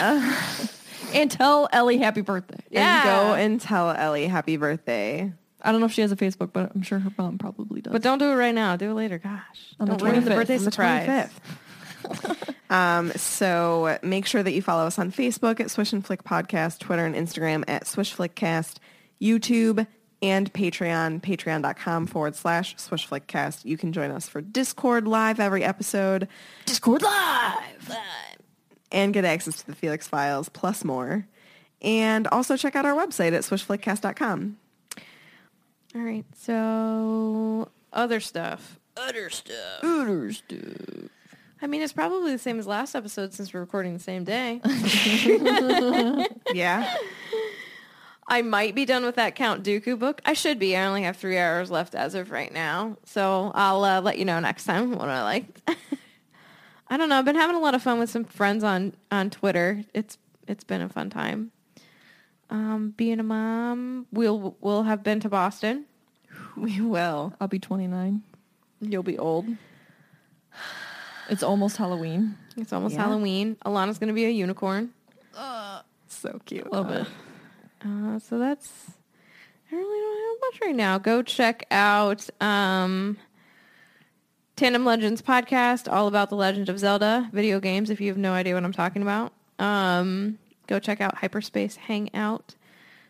And tell Ellie happy birthday. And go and tell Ellie happy birthday. I don't know if she has a Facebook, but I'm sure her mom probably does. But don't do it right now. Do it later. Gosh. On the don't ruin the 25th. birthday On the surprise. 25th. um, so make sure that you follow us on Facebook at Swish and Flick Podcast, Twitter and Instagram at Swish Flickcast, YouTube and Patreon, patreon.com forward slash Swish Flickcast. You can join us for Discord live every episode Discord live. and get access to the Felix files plus more. And also check out our website at swishflickcast.com. All right. So other stuff. Other stuff. I mean, it's probably the same as last episode since we're recording the same day. Yeah. I might be done with that Count Dooku book. I should be. I only have three hours left as of right now. So I'll uh, let you know next time what I liked. I don't know. I've been having a lot of fun with some friends on, on Twitter. It's It's been a fun time. Um, being a mom, we'll we'll have been to Boston. we will. I'll be 29. You'll be old. It's almost Halloween. It's almost Yeah. Halloween. Alana's going to be a unicorn. So cute. Love it. Uh, so that's I really don't have much right now. Go check out um, Tandem Legends podcast, all about the Legend of Zelda video games. If you have no idea what I'm talking about, um, go check out Hyperspace Hangout.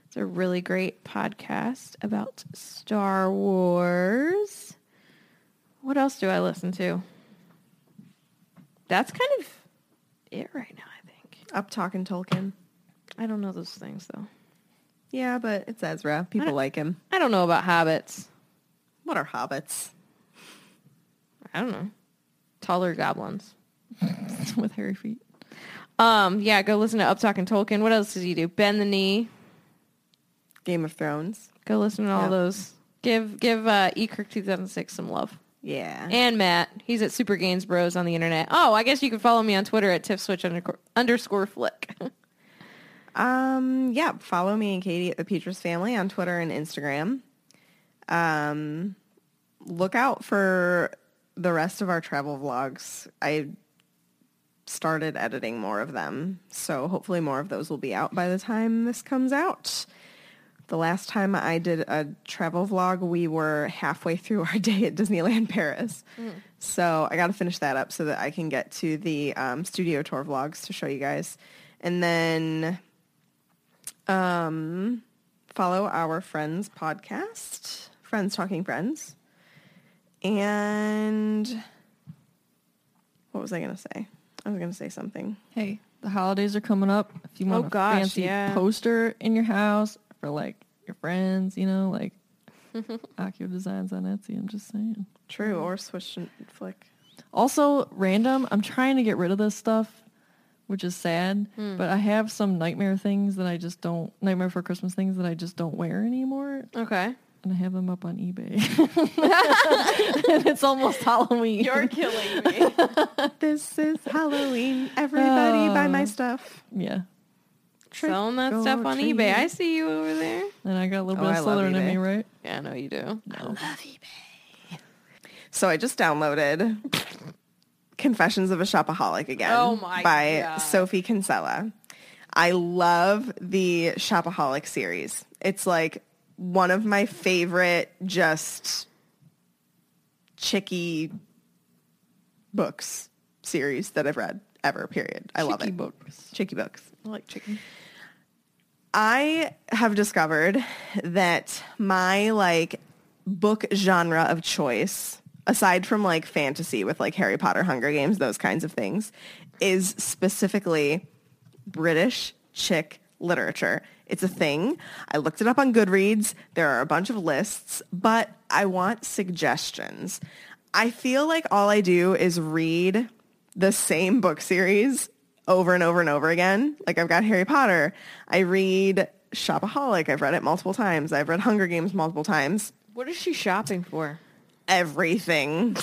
It's a really great podcast about Star Wars. What else do I listen to? That's kind of it right now. I think Up talking Tolkien. I don't know those things though. Yeah, but it's Ezra. People like him. I don't know about habits. What are hobbits? I don't know. Taller goblins. With hairy feet. Um, yeah, go listen to Up Talking Tolkien. What else does he do? Bend the knee. Game of Thrones. Go listen to all Yeah. those. Give give uh, E Kirk 2006 some love. Yeah. And Matt, he's at Super Gains Bros on the internet. Oh, I guess you can follow me on Twitter at tiffswitch underscore, underscore flick. Um, yeah, follow me and Katie at the Petrus Family on Twitter and Instagram. Um, look out for the rest of our travel vlogs. I started editing more of them, so hopefully more of those will be out by the time this comes out. The last time I did a travel vlog, we were halfway through our day at Disneyland Paris. So I got to finish that up so that I can get to the um, studio tour vlogs to show you guys. And then um, follow our friends podcast, Friends Talking Friends. And what was I going to say? I was going to say something. Hey, the holidays are coming up. If you Oh, want a gosh, fancy yeah. poster in your house for like your friends, you know, like Ocular Designs on Etsy. I'm just saying. True or swish and flick. Also, random. I'm trying to get rid of this stuff, which is sad. Hmm. But I have some nightmare things that I just don't nightmare for Christmas things that I just don't wear anymore, okay. and I have them up on eBay. and it's almost Halloween. killing me. This is Halloween. Everybody buy my stuff. yeah. Selling that Trick stuff or on treat. eBay. I see you over there. And I got a little Oh, bit I of love Southern in eBay. me, right? Yeah, I know you do. So I just downloaded Confessions of a Shopaholic again. Oh my by God. Sophie Kinsella. I love the Shopaholic series. It's like one of my favorite just chicky books series that I've read ever, period. I love Chicky it. books. Chicky books. I like chicken. I have discovered that my like book genre of choice, aside from like fantasy with like Harry Potter, Hunger Games, those kinds of things, is specifically British chick literature. It's a thing. I looked it up on Goodreads. There are a bunch of lists, but I want suggestions. I feel like all I do is read the same book series over and over and over again. Like I've got Harry Potter. I read shopaholic. I've read it multiple times. I've read Hunger Games multiple times. What is she shopping for? Everything.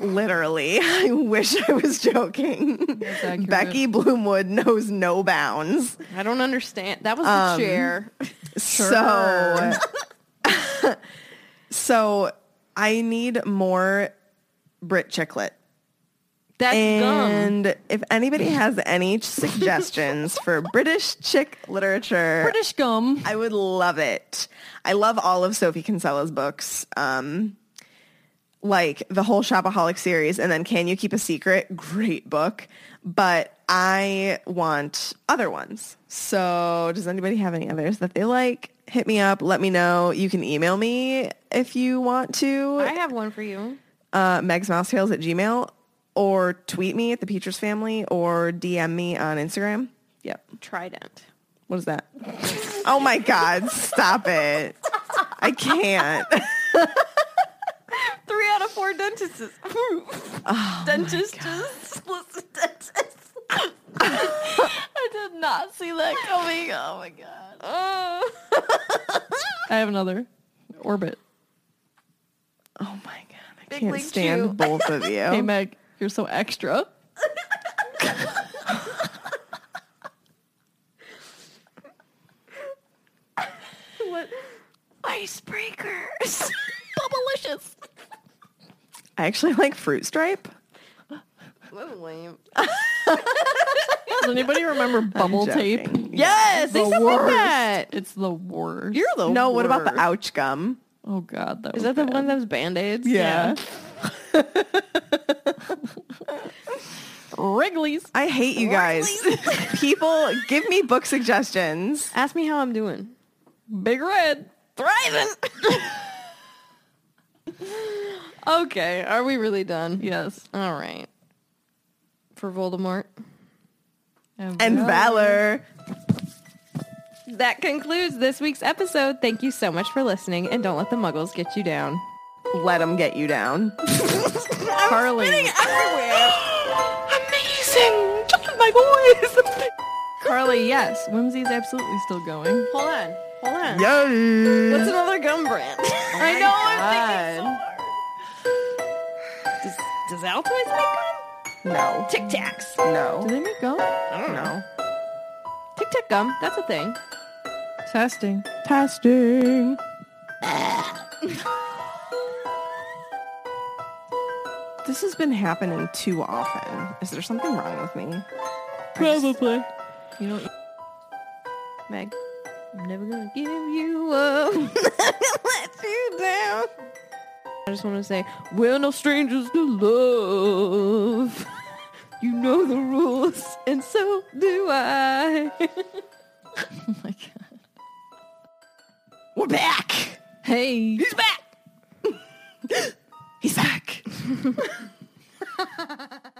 Literally. I wish I was joking. accurate. Becky Bloomwood knows no bounds. I don't understand. That was the chair. So So I need more Brit Chicklet. That's gum. And if anybody has any suggestions for British chick literature, British gum. I would love it. I love all of Sophie Kinsella's books. Um, like the whole Shopaholic series and then Can You Keep a Secret? Great book. But I want other ones. So does anybody have any others that they like? Hit me up. Let me know. You can email me if you want to I have one for you. uh, Meg's Mouse Tales at Gmail or tweet me at the Peaches family or DM me on Instagram. Yep. Trident. What is that? oh my God. Stop it. I can't. Three out of four dentists. Oh dentists. Listen, dentists. I did not see that coming. Oh my god. Oh. I have another. Orbit. Oh my God. I can't League stand Chew. both of you. Hey Meg, you're so extra. Icebreakers. Bubblicious. I actually like Fruit Stripe. Does anybody remember bubble tape? joking. Yes, they The still make worst. that. It's the worst. You're the No, what about the worst. ouch gum? oh god, that was Is that the bad. one that was band-aids? Yeah. Wrigley's. I hate you guys. People, give me book suggestions. Ask me how I'm doing. Big Red. Thriving. okay, are we really done? Yes. All right. For Voldemort. And Valor. That concludes this week's episode. Thank you so much for listening and don't let the muggles get you down. Let them get you down. Carly. Amazing. My voice. Carly, yes. Whimsy's absolutely still going. Hold on. Hold on. Yay. What's another gum brand? Oh I know I'm thinking so hard. Does, does Altoids make gum? No. Tic Tacs. No. Do they make gum? I don't know. Tic Tac gum. That's a thing. Testing. Testing. this has been happening too often. Is there something wrong with me? Probably. You know, Meg, I'm never gonna give you up. Let you down. I just want to say, we're no strangers to love. You know the rules, and so do I. oh my god. We're back. Hey. He's back. He's back.